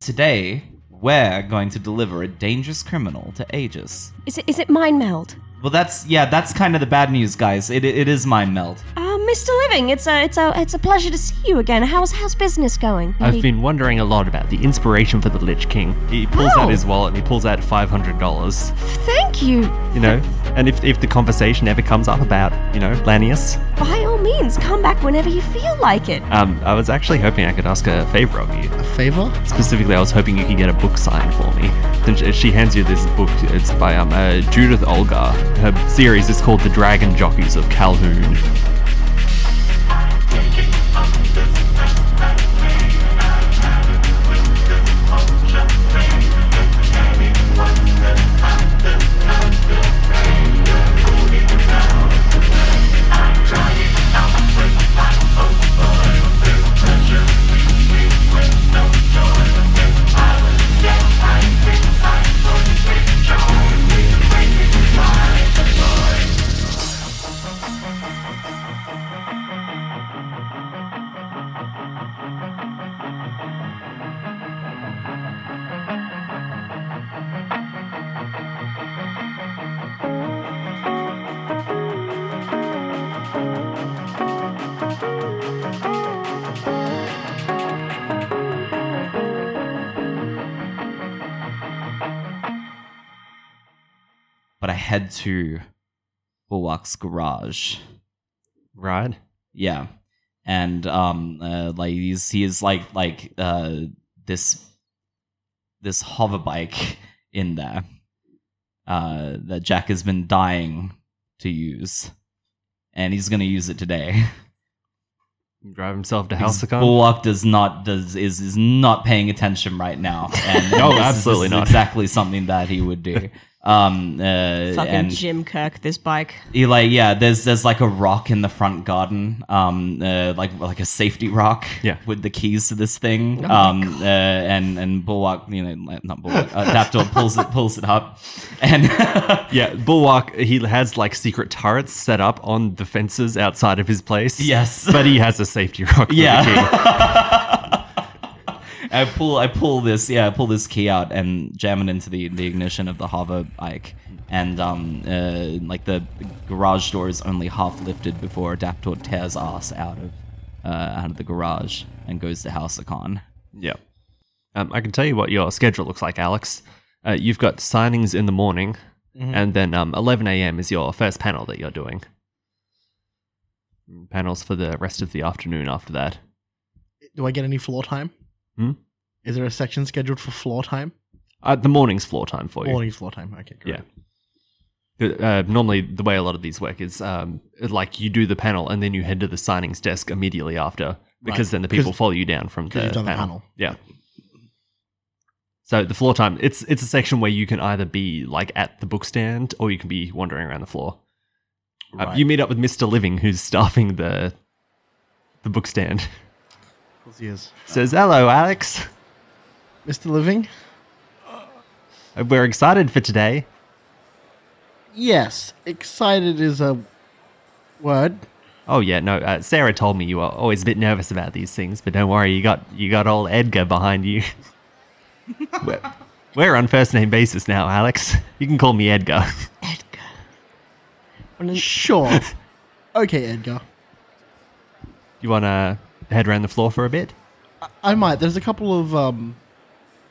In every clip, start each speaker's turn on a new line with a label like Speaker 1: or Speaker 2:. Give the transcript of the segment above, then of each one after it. Speaker 1: Today, we're going to deliver a dangerous criminal to Aegis.
Speaker 2: Is it is it mind meld?
Speaker 1: Well, that's yeah, that's kind of the bad news, guys. It, it is mind meld.
Speaker 2: Uh, Mr. Living, it's a it's a it's a pleasure to see you again. How's how's business going?
Speaker 3: I've been wondering a lot about the inspiration for the Lich King. He pulls
Speaker 2: Oh.
Speaker 3: out his wallet and he pulls out five hundred dollars.
Speaker 2: Thank you.
Speaker 3: You know, and if if the conversation ever comes up about you know Lanius,
Speaker 2: By all means, come back whenever you feel like it.
Speaker 3: um, I was actually hoping I could ask a favor of you.
Speaker 4: A favor?
Speaker 3: Specifically, I was hoping you could get a book signed for me. Then she- she hands you this book. It's by um, uh, Judith Olga. Her series is called The Dragon Jockeys of Calhoun.
Speaker 1: But I head to Bulwark's garage.
Speaker 3: Right.
Speaker 1: Yeah. And um uh, like he's he is like like uh this this hover bike in there. Uh that Jack has been dying to use. And he's gonna use it today.
Speaker 3: Drive himself to
Speaker 1: Because
Speaker 3: Halcyon.
Speaker 1: Bullock does not does is is not paying attention right now. And
Speaker 3: No,
Speaker 1: this is-
Speaker 3: absolutely
Speaker 1: this is
Speaker 3: not.
Speaker 1: Exactly something that he would do. Um, uh,
Speaker 5: Fucking
Speaker 1: and
Speaker 5: Jim Kirk, this bike.
Speaker 1: he like yeah, there's there's like a rock in the front garden, um, uh, like like a safety rock,
Speaker 3: Yeah.
Speaker 1: with the keys to this thing, um, uh, and and Bullock, you know, like, not Bullock, uh, Dapdor pulls it pulls it up, and
Speaker 3: Yeah, Bulwark, he has like secret turrets set up on the fences outside of his place.
Speaker 1: Yes.
Speaker 3: But he has a safety rock. Yeah.
Speaker 1: Yeah. I pull I pull this yeah I pull this key out and jam it into the, the ignition of the hover Ike and um uh, like the garage door is only half lifted before Adaptor tears ass out of uh, out of the garage and goes to Housecon.
Speaker 3: yeah. Um, I can tell you what your schedule looks like, Alex. Uh, you've got signings in the morning,
Speaker 1: Mm-hmm.
Speaker 3: and then um, 11 a.m. is your first panel that you're doing. Panels for the rest of the afternoon after that.
Speaker 4: Do I get any floor time?
Speaker 3: Hmm?
Speaker 4: Is there a section scheduled for floor time?
Speaker 3: Uh, the morning's floor time for you.
Speaker 4: Morning's floor time. Okay, great.
Speaker 3: Yeah. Uh, normally, the way a lot of these work is um, like you do the panel and then you head to the signings desk immediately after because
Speaker 4: Right.
Speaker 3: then the people
Speaker 4: Because-
Speaker 3: follow you down from the,
Speaker 4: because you've done the
Speaker 3: panel.
Speaker 4: panel.
Speaker 3: Yeah. So the floor time it's it's a section where you can either be like at the book stand or you can be wandering around the floor. Uh,
Speaker 4: Right.
Speaker 3: you meet up with Mister Living, who's staffing the the book stand.
Speaker 4: Of course he is.
Speaker 3: Says, "Hello, Alex.
Speaker 4: Mr. Living?
Speaker 3: We're excited for today.
Speaker 4: Yes. Excited is a word.
Speaker 3: Oh yeah, no. Uh, Sarah told me you were always a bit nervous about these things, but don't worry, you got you got old Edgar behind you. we're, we're on first name basis now, Alex. You can call me Edgar.
Speaker 5: Edgar. What an-
Speaker 4: Sure. okay, Edgar.
Speaker 3: you wanna head around the floor for a bit?
Speaker 4: I might. There's a couple of um,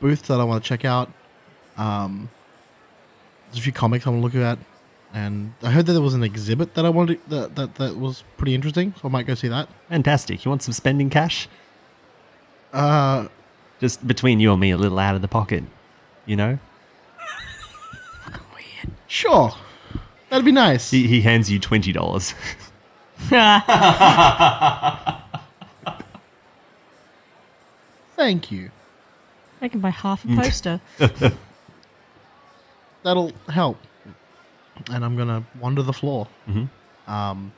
Speaker 4: booths that I want to check out. Um, there's a few comics I want to look at, and I heard that there was an exhibit that I wanted to, that, that that was pretty interesting. So I might go see that.
Speaker 3: Fantastic. You want some spending cash?
Speaker 4: Uh,
Speaker 3: Just between you and me, a little out of the pocket, you know.
Speaker 4: sure, that'd be nice.
Speaker 3: He, he hands you twenty dollars.
Speaker 4: Thank you.
Speaker 5: I can buy half a poster.
Speaker 4: That'll help. And I'm gonna wander the floor, mm-hmm. um,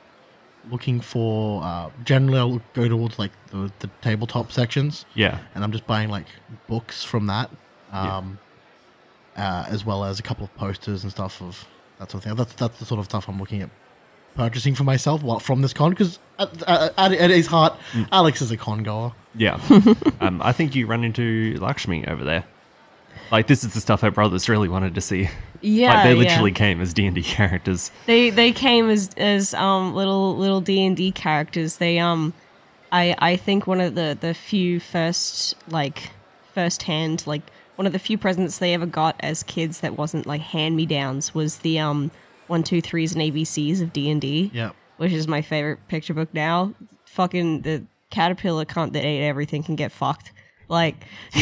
Speaker 4: looking for. Uh, generally, I'll go towards like the, the tabletop sections.
Speaker 3: yeah.
Speaker 4: and I'm just buying like books from that, um, uh, as well as a couple of posters and stuff of that sort of thing. That's that's the sort of stuff I'm looking at purchasing for myself while from this con because at, at, at, at his heart, Alex is a con goer.
Speaker 3: Yeah. um, I think you run into Lakshmi over there. Like this is the stuff her brothers really wanted to see.
Speaker 5: Yeah,
Speaker 3: like they
Speaker 5: yeah.
Speaker 3: literally came as D and D characters.
Speaker 5: They they came as as um little little D and D characters. They um, I I think one of the the few first like first hand like one of the few presents they ever got as kids that wasn't like hand me downs was the um one two threes and ABCs of D and D.
Speaker 4: Yeah.
Speaker 5: which is my favorite picture book now. Fucking the caterpillar cunt that ate everything can get fucked. Like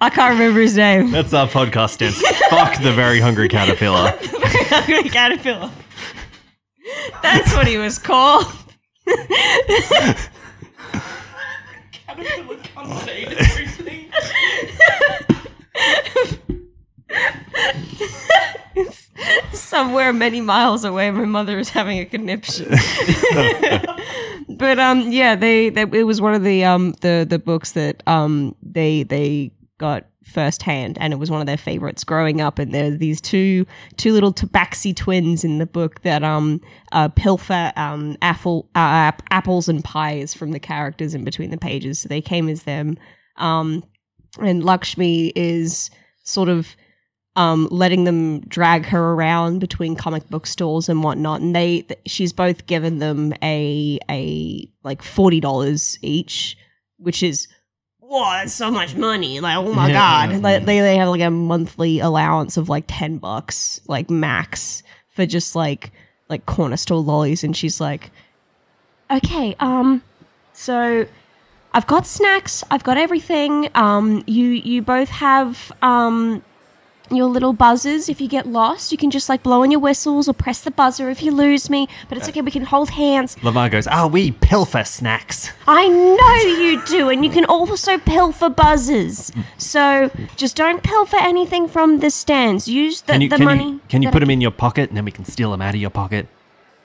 Speaker 5: I can't remember his name.
Speaker 3: That's our podcast stance. Fuck the very hungry caterpillar.
Speaker 5: caterpillar. That's what he was called. somewhere many miles away my mother is having a conniption but um yeah they, they it was one of the um the the books that um they they got firsthand and it was one of their favorites growing up and there are these two two little tabaxi twins in the book that um uh pilfer um apple uh, ap- apples and pies from the characters in between the pages so they came as them um and lakshmi is sort of um, letting them drag her around between comic book stores and whatnot. And they, th- she's both given them a a like forty dollars each, which is wow, that's so much money! Like, oh my
Speaker 4: Yeah.
Speaker 5: god! Like, they they have like a monthly allowance of like ten bucks, like max, for just like like corner store lollies. And she's like,
Speaker 2: Okay, um, so I've got snacks, I've got everything. Um, you you both have um your little buzzers. If you get lost, you can just like blow on your whistles or press the buzzer if you lose me. But it's okay, we can hold hands.
Speaker 3: Lamar goes, "Ah, we pilfer snacks."
Speaker 2: I know you do, and you can also pilfer buzzers. So just don't pilfer anything from the stands. Use the,
Speaker 3: Can you
Speaker 2: the
Speaker 3: can
Speaker 2: money.
Speaker 3: you can you
Speaker 2: that
Speaker 3: put
Speaker 2: I-
Speaker 3: them in your pocket and then we can steal them out of your pocket?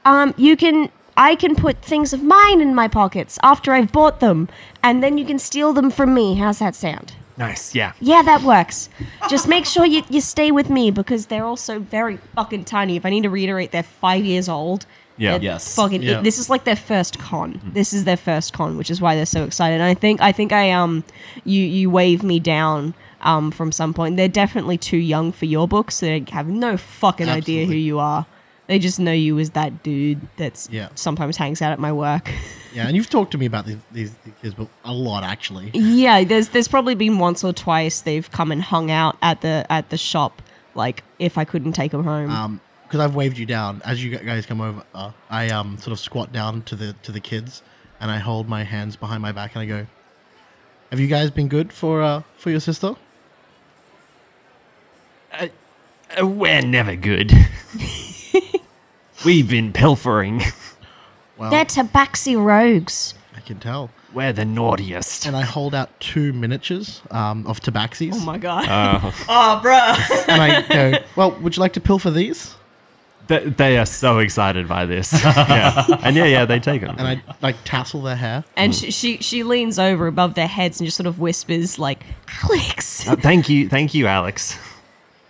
Speaker 2: Um, you can. I can put things of mine in my pockets after I've bought them, and then you can steal them from me. How's that sound?
Speaker 3: Nice. Yeah.
Speaker 2: Yeah, that works. Just make sure you, you stay with me because they're also very.
Speaker 5: fucking tiny. If I need to reiterate, they're five years old.
Speaker 3: Yeah.
Speaker 5: They're
Speaker 1: Yes.
Speaker 5: Fucking.
Speaker 4: Yeah. Mm-hmm.
Speaker 5: this is like their first con. This is their first con, which is why they're so excited. And I think I think I um you you wave me down um from some point. They're definitely too young for your book, so they have no fucking idea who
Speaker 4: Absolutely.
Speaker 5: you are. They just know you as that dude that's
Speaker 4: Yeah.
Speaker 5: sometimes hangs out at my work.
Speaker 4: Yeah, and you've talked to me about these, these, these kids but a lot, actually.
Speaker 5: Yeah, there's there's probably been once or twice they've come and hung out at the at the shop. Like if I couldn't take them home.
Speaker 4: Um, because I've waved you down as you guys come over. Uh, I um sort of squat down to the to the kids, and I hold my hands behind my back, and I go, "Have you guys been good for uh for your sister?"
Speaker 3: Uh, we're never good. We've been pilfering.
Speaker 4: Well,
Speaker 2: They're tabaxi rogues.
Speaker 4: I can tell.
Speaker 3: We're the naughtiest.
Speaker 4: And I hold out two miniatures um, of tabaxis,
Speaker 5: oh my god.
Speaker 4: and I go, "Well, would you like to pilfer these?"
Speaker 3: Th- they are so excited by this. yeah. And yeah, yeah, they take them.
Speaker 4: And I like tassel their hair.
Speaker 5: And she, she she leans over above their heads and just sort of whispers like, "Alex,
Speaker 3: Uh, thank you, thank you, Alex.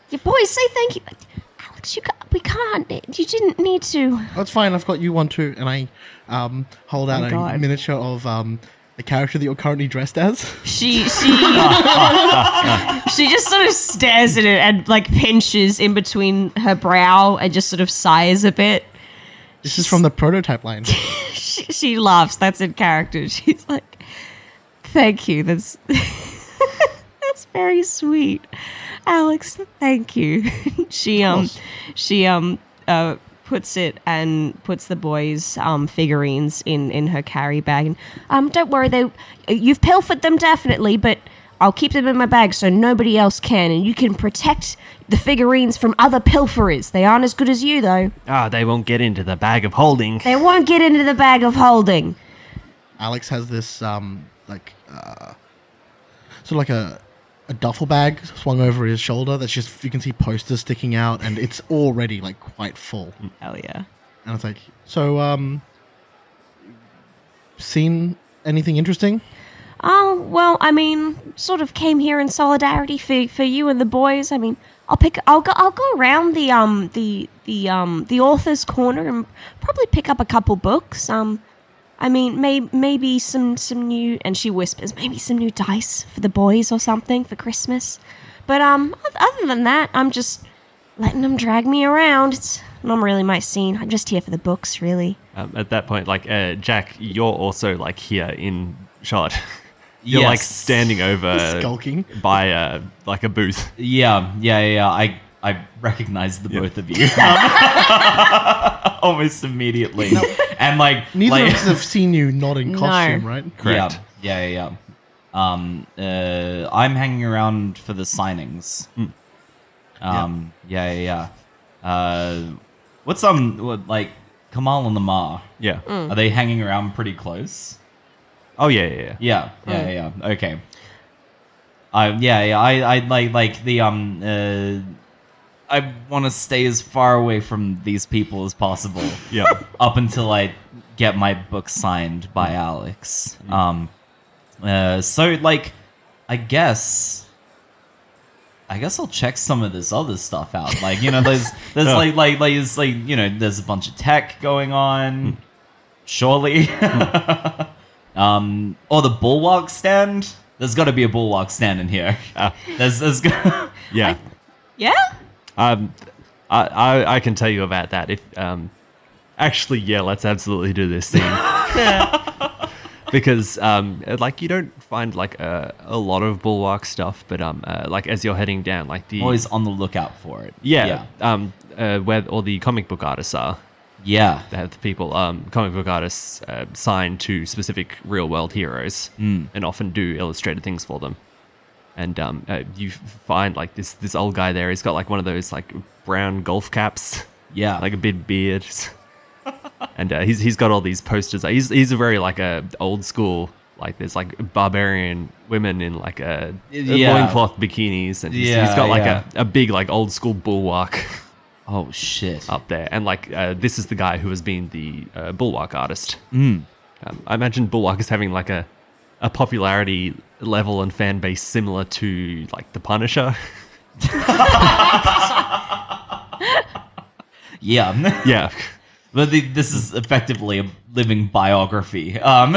Speaker 2: Your boys say thank you, Alex. You ca- we can't. You didn't need to.
Speaker 4: That's fine. I've got you one too. And I um, hold out
Speaker 5: my
Speaker 4: a
Speaker 5: God.
Speaker 4: miniature of um, the character that you're currently dressed as.
Speaker 5: she she she just sort of stares at it and like pinches in between her brow and just sort of sighs a bit.
Speaker 4: This is from the prototype line.
Speaker 5: She, she laughs. That's in character. She's like, "Thank you. That's that's very sweet, Alex. Thank you." she um she um uh puts it and puts the boys um figurines in in her carry bag and
Speaker 2: Um, don't worry. They, you've pilfered them definitely, but I'll keep them in my bag so nobody else can, and you can protect the figurines from other pilferers. They aren't as good as you though.
Speaker 3: Ah, they won't get into the bag of holding.
Speaker 2: They won't get into the bag of holding.
Speaker 4: Alex has this um, like uh, sort of like a, a duffel bag swung over his shoulder. That's just you can see posters sticking out, and it's already like quite full.
Speaker 1: Mm.
Speaker 5: hell yeah.
Speaker 4: And it's like, so um, seen anything interesting?
Speaker 2: Oh, well, I mean, sort of came here in solidarity for, for you and the boys. I mean, I'll pick I'll go I'll go around the um the the um the author's corner and probably pick up a couple books. Um I mean, may, maybe some some new and she whispers, maybe some new dice for the boys or something for Christmas. But um oth- other than that, I'm just letting them drag me around. It's not really my scene. I'm just here for the books, really.
Speaker 3: Um, at that point, like uh, Jack, you're also like here in shot. You're like
Speaker 1: Yes.
Speaker 3: standing over
Speaker 4: Skulking.
Speaker 3: by uh, like a booth.
Speaker 1: Yeah, yeah, yeah. yeah. I I recognize the both of you almost immediately, and like
Speaker 4: Neither
Speaker 1: like,
Speaker 4: of us have seen you not in costume, right?
Speaker 3: Correct.
Speaker 1: Yeah, yeah, yeah. yeah. Um, uh, I'm hanging around for the signings. Um, yeah, yeah, yeah. Uh, what's um, what, like Kamal and Lamar?
Speaker 3: Yeah.
Speaker 1: Are they hanging around pretty close?
Speaker 3: Oh yeah, yeah, yeah.
Speaker 1: Yeah, yeah, yeah. yeah. Okay. I yeah, yeah. I I like like the um. Uh, I want to stay as far away from these people as possible
Speaker 3: yeah.
Speaker 1: up until I get my book signed by Alex.
Speaker 3: Mm-hmm.
Speaker 1: Um, uh, so like, I guess, I guess I'll check some of this other stuff out. Like you know, there's there's
Speaker 3: Yeah.
Speaker 1: like like like it's like you know, there's a bunch of tech going on.
Speaker 3: Hmm.
Speaker 1: Surely, um, or the bulwark stand. There's got to be a bulwark stand in here. There's there's. go-
Speaker 3: Yeah.
Speaker 5: Yeah?
Speaker 3: Um, I, I I can tell you about that. If um, actually, yeah, let's absolutely do this thing. because um, like you don't find like a, a lot of bulwark stuff, but um, uh, like as you're heading down, like the
Speaker 1: Always on the lookout for it.
Speaker 3: yeah, um, uh, where all the comic book artists are.
Speaker 1: Yeah.
Speaker 3: They have the people, um, comic book artists, uh, signed to specific real world heroes
Speaker 1: Hmm.
Speaker 3: and often do illustrated things for them. And um, uh, you find like this this old guy there. He's got like one of those like brown golf caps,
Speaker 1: Yeah.
Speaker 3: like a big beard, and uh, he's he's got all these posters. He's he's a very like a old school like there's like barbarian women in like a, a
Speaker 1: Yeah.
Speaker 3: loincloth bikinis, and he's, he's
Speaker 1: Yeah,
Speaker 3: got like
Speaker 1: yeah.
Speaker 3: a, a big like old school bulwark
Speaker 1: oh shit.
Speaker 3: up there. And like, uh, this is the guy who has been the uh, Bulwark artist. Um, I imagine Bulwark is having like a, a popularity level and fan base similar to like The Punisher.
Speaker 1: Yeah.
Speaker 3: yeah.
Speaker 1: But the, this is effectively a living biography. Um,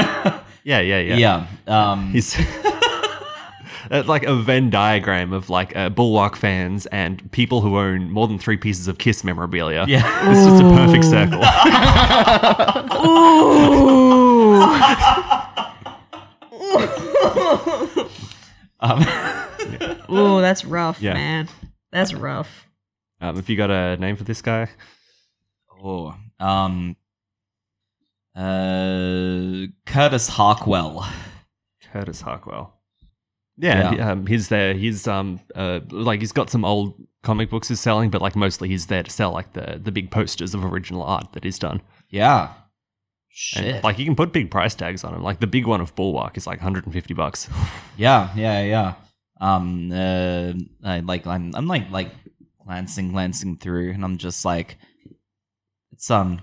Speaker 3: Yeah, yeah, yeah.
Speaker 1: yeah. Um,
Speaker 3: He's. It's like a Venn diagram of like uh, Bulwark fans and people who own more than three pieces of Kiss memorabilia.
Speaker 1: yeah.
Speaker 3: It's just a perfect circle.
Speaker 1: um,
Speaker 5: Ooh, that's rough,
Speaker 3: Yeah.
Speaker 5: man. That's rough.
Speaker 3: Um, if you got a name for this guy,
Speaker 1: Oh. Um, uh, Curtis Harkwell.
Speaker 3: Curtis Harkwell. Yeah,
Speaker 1: Yeah.
Speaker 3: Um, he's there. He's um, uh, like he's got some old comic books he's selling, but like mostly he's there to sell like the the big posters of original art that he's done.
Speaker 1: Yeah.
Speaker 3: And,
Speaker 1: Shit.
Speaker 3: like you can put big price tags on him. Like the big one of Bulwark is like 150 bucks.
Speaker 1: yeah. Yeah. Yeah. Um, uh, I, like I'm, I'm like, like glancing, glancing through, and I'm just like, it's um,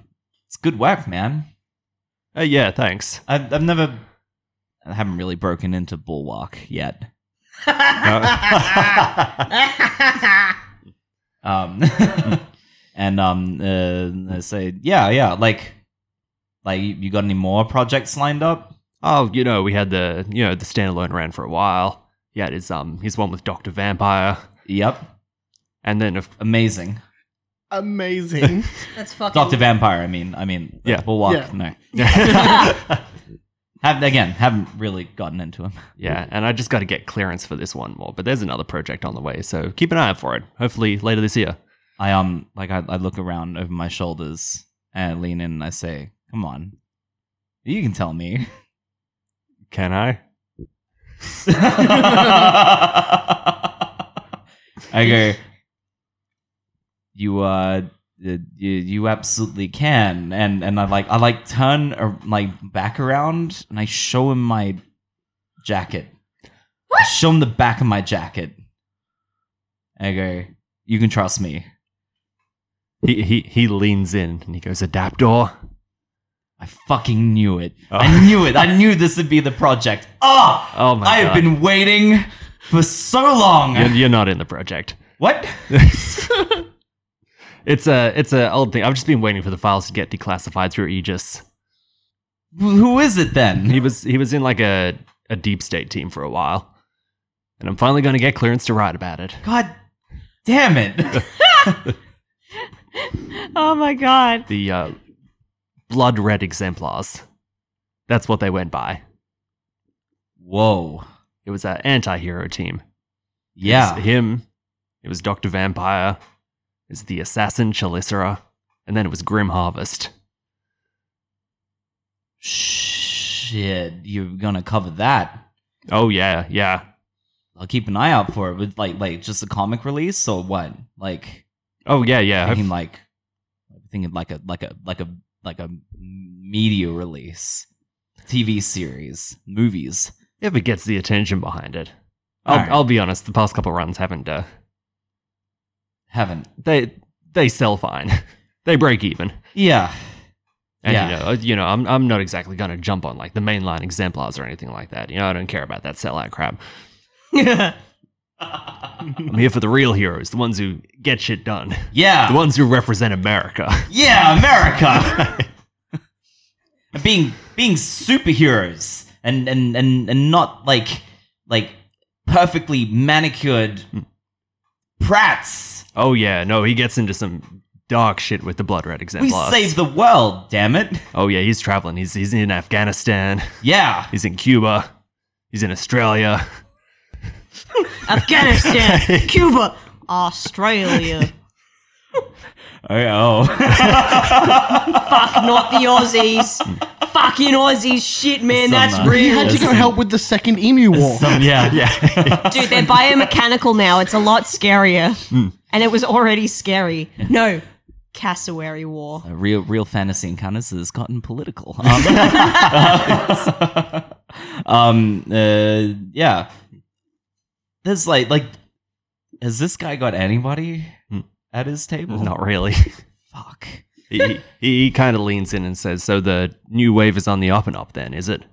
Speaker 1: it's good work, man.
Speaker 3: Uh, yeah, thanks.
Speaker 1: I've, I've never, I haven't really broken into Bulwark yet. um, and um, uh, I say, yeah, yeah, like, like you you got any more projects lined up?
Speaker 3: Oh, you know we had the you know the standalone ran for a while. He had his um his one with Doctor Vampire,
Speaker 1: Yep,
Speaker 3: and then of
Speaker 1: amazing.
Speaker 4: Amazing.
Speaker 5: That's fucking
Speaker 1: Doctor Vampire. I mean, I mean,
Speaker 3: Yeah.
Speaker 1: Bulwark.
Speaker 4: Yeah.
Speaker 1: No, have again, haven't really gotten into him.
Speaker 3: yeah. And I just got to get clearance for this one more. But there's another project on the way, so keep an eye out for it. Hopefully later this year.
Speaker 1: I um, like, I, I look around over my shoulders and I lean in and I say, "Come on, you can tell me."
Speaker 3: Can I?
Speaker 1: I go, you uh, you, you absolutely can, and and I like I like turn uh, like back around and I show him my jacket. I show him the back of my jacket. I go, you can trust me.
Speaker 3: He he he leans in and he goes, Adaptor.
Speaker 1: I fucking knew it. I knew it. I knew this would be the project. Ah!
Speaker 3: Oh my
Speaker 1: I have
Speaker 3: God.
Speaker 1: been waiting for so long.
Speaker 3: You're, you're not in the project.
Speaker 1: What?
Speaker 3: It's a it's a old thing. I've just been waiting for the files to get declassified through Aegis.
Speaker 1: Who is it then?
Speaker 3: He was he was in like a, a deep state team for a while, and I'm finally going to get clearance to write about it.
Speaker 1: God damn it.
Speaker 5: Oh my god.
Speaker 3: The uh, blood red exemplars. That's what they went by.
Speaker 1: Whoa.
Speaker 3: It was an anti-hero team. It
Speaker 1: Yeah.
Speaker 3: was him. It was Doctor Vampire. It was the assassin Chalicera, and then it was Grim Harvest.
Speaker 1: Shit. You're gonna cover that.
Speaker 3: Oh yeah, yeah.
Speaker 1: I'll keep an eye out for it with like like just a comic release or what? Like
Speaker 3: Oh yeah, yeah.
Speaker 1: thinking like thinking like a like a like a like a media release, TV series, movies. Oh,
Speaker 3: if it gets the attention behind it. I'll,
Speaker 1: Alright.
Speaker 3: I'll be honest, the past couple runs haven't. Uh,
Speaker 1: Haven't.
Speaker 3: they they sell fine. they break even.
Speaker 1: Yeah.
Speaker 3: And
Speaker 1: Yeah.
Speaker 3: you know, uh, you know, I'm I'm not exactly gonna jump on like the mainline exemplars or anything like that. You know, I don't care about that sellout crap. I'm here for the real heroes, the ones who get shit done, the
Speaker 1: Yeah.
Speaker 3: ones who represent America.
Speaker 1: Yeah, America. And being being superheroes and and and and not like like perfectly manicured prats.
Speaker 3: oh yeah, no, he gets into some dark shit with the blood red
Speaker 1: We
Speaker 3: exemplars.
Speaker 1: saved the world, damn it.
Speaker 3: oh yeah, he's traveling. He's he's in Afghanistan.
Speaker 1: Yeah.
Speaker 3: He's in Cuba. He's in Australia.
Speaker 5: Afghanistan, Cuba, Australia.
Speaker 1: Oh.
Speaker 5: Fuck not the Aussies. Fucking Aussies shit, man.
Speaker 1: Some,
Speaker 5: That's
Speaker 1: uh,
Speaker 4: He
Speaker 5: real.
Speaker 4: had to go help with the second emu war.
Speaker 1: yeah.
Speaker 3: Yeah.
Speaker 5: Dude, they're biomechanical now. It's a lot scarier. And it was already scary. No. Cassowary War.
Speaker 1: Uh, real real fantasy encounters has gotten political. Um, um, uh, yeah. There's like like has this guy got anybody
Speaker 3: Hmm.
Speaker 1: at his table?
Speaker 3: Not really.
Speaker 1: Fuck.
Speaker 3: he he, he kind of leans in and says, "So the new wave is on the up and up, then, is it?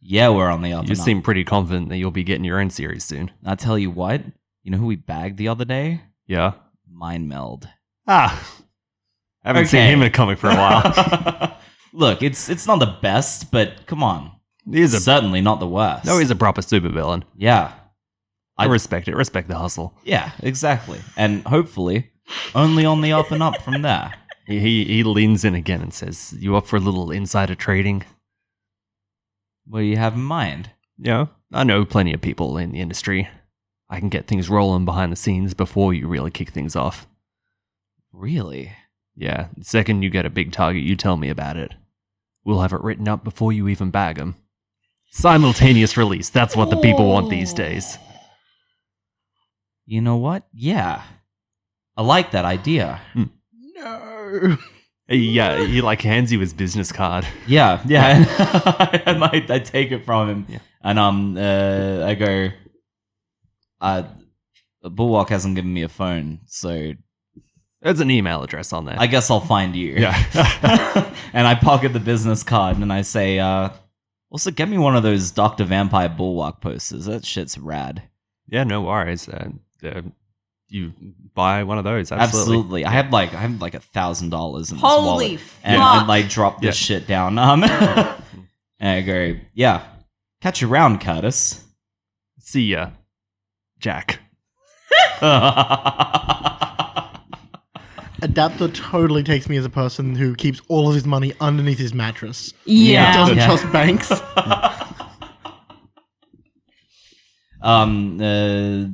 Speaker 1: Yeah, we're on the up.
Speaker 3: You
Speaker 1: and up.
Speaker 3: seem pretty confident that you'll be getting your own series soon.
Speaker 1: I'll tell you what. You know who we bagged the other day?
Speaker 3: Yeah.
Speaker 1: Mind meld.
Speaker 3: Ah, I haven't seen
Speaker 1: Okay.
Speaker 3: him in a comic for a while.
Speaker 1: Look, it's it's not the best, but come on.
Speaker 3: he's a
Speaker 1: Certainly not the worst.
Speaker 3: no, he's a proper supervillain.
Speaker 1: yeah.
Speaker 3: I
Speaker 1: I-
Speaker 3: respect it. Respect the hustle.
Speaker 1: Yeah, exactly. And hopefully, only on the up and up from there.
Speaker 3: He, he he leans in again and says, "You up for a little insider trading?
Speaker 1: What do you have in mind?
Speaker 3: You know, I know plenty of people in the industry. I can get things rolling behind the scenes before you really kick things off.
Speaker 1: Really?
Speaker 3: Yeah, the second you get a big target, you tell me about it. We'll have it written up before you even bag 'em. Simultaneous release. That's what the people want these days.
Speaker 1: You know what? Yeah. I like that idea.
Speaker 4: No.
Speaker 3: Yeah, he like hands you his business card.
Speaker 1: Yeah, yeah. and I, I take it from him.
Speaker 3: Yeah.
Speaker 1: And um, uh, I go, uh, Bulwark hasn't given me a phone, so
Speaker 3: There's an email address on there.
Speaker 1: I guess I'll find you.
Speaker 3: yeah.
Speaker 1: and I pocket the business card and I say, uh, also get me one of those Dr. Vampire Bulwark posters. That shit's rad.
Speaker 3: yeah, no worries. Uh, uh, you buy one of those. Absolutely.
Speaker 1: Absolutely. I have like I have like a thousand dollars in this
Speaker 5: Holy
Speaker 1: wallet, and
Speaker 5: fuck.
Speaker 1: I like drop this shit down. Um, and I go, yeah, catch you around, Curtis.
Speaker 3: See ya, Jack.
Speaker 4: Adapter totally takes me as a person who keeps all of his money underneath his mattress.
Speaker 5: Yeah.
Speaker 4: Doesn't
Speaker 1: Yeah.
Speaker 4: trust banks.
Speaker 1: Um, uh,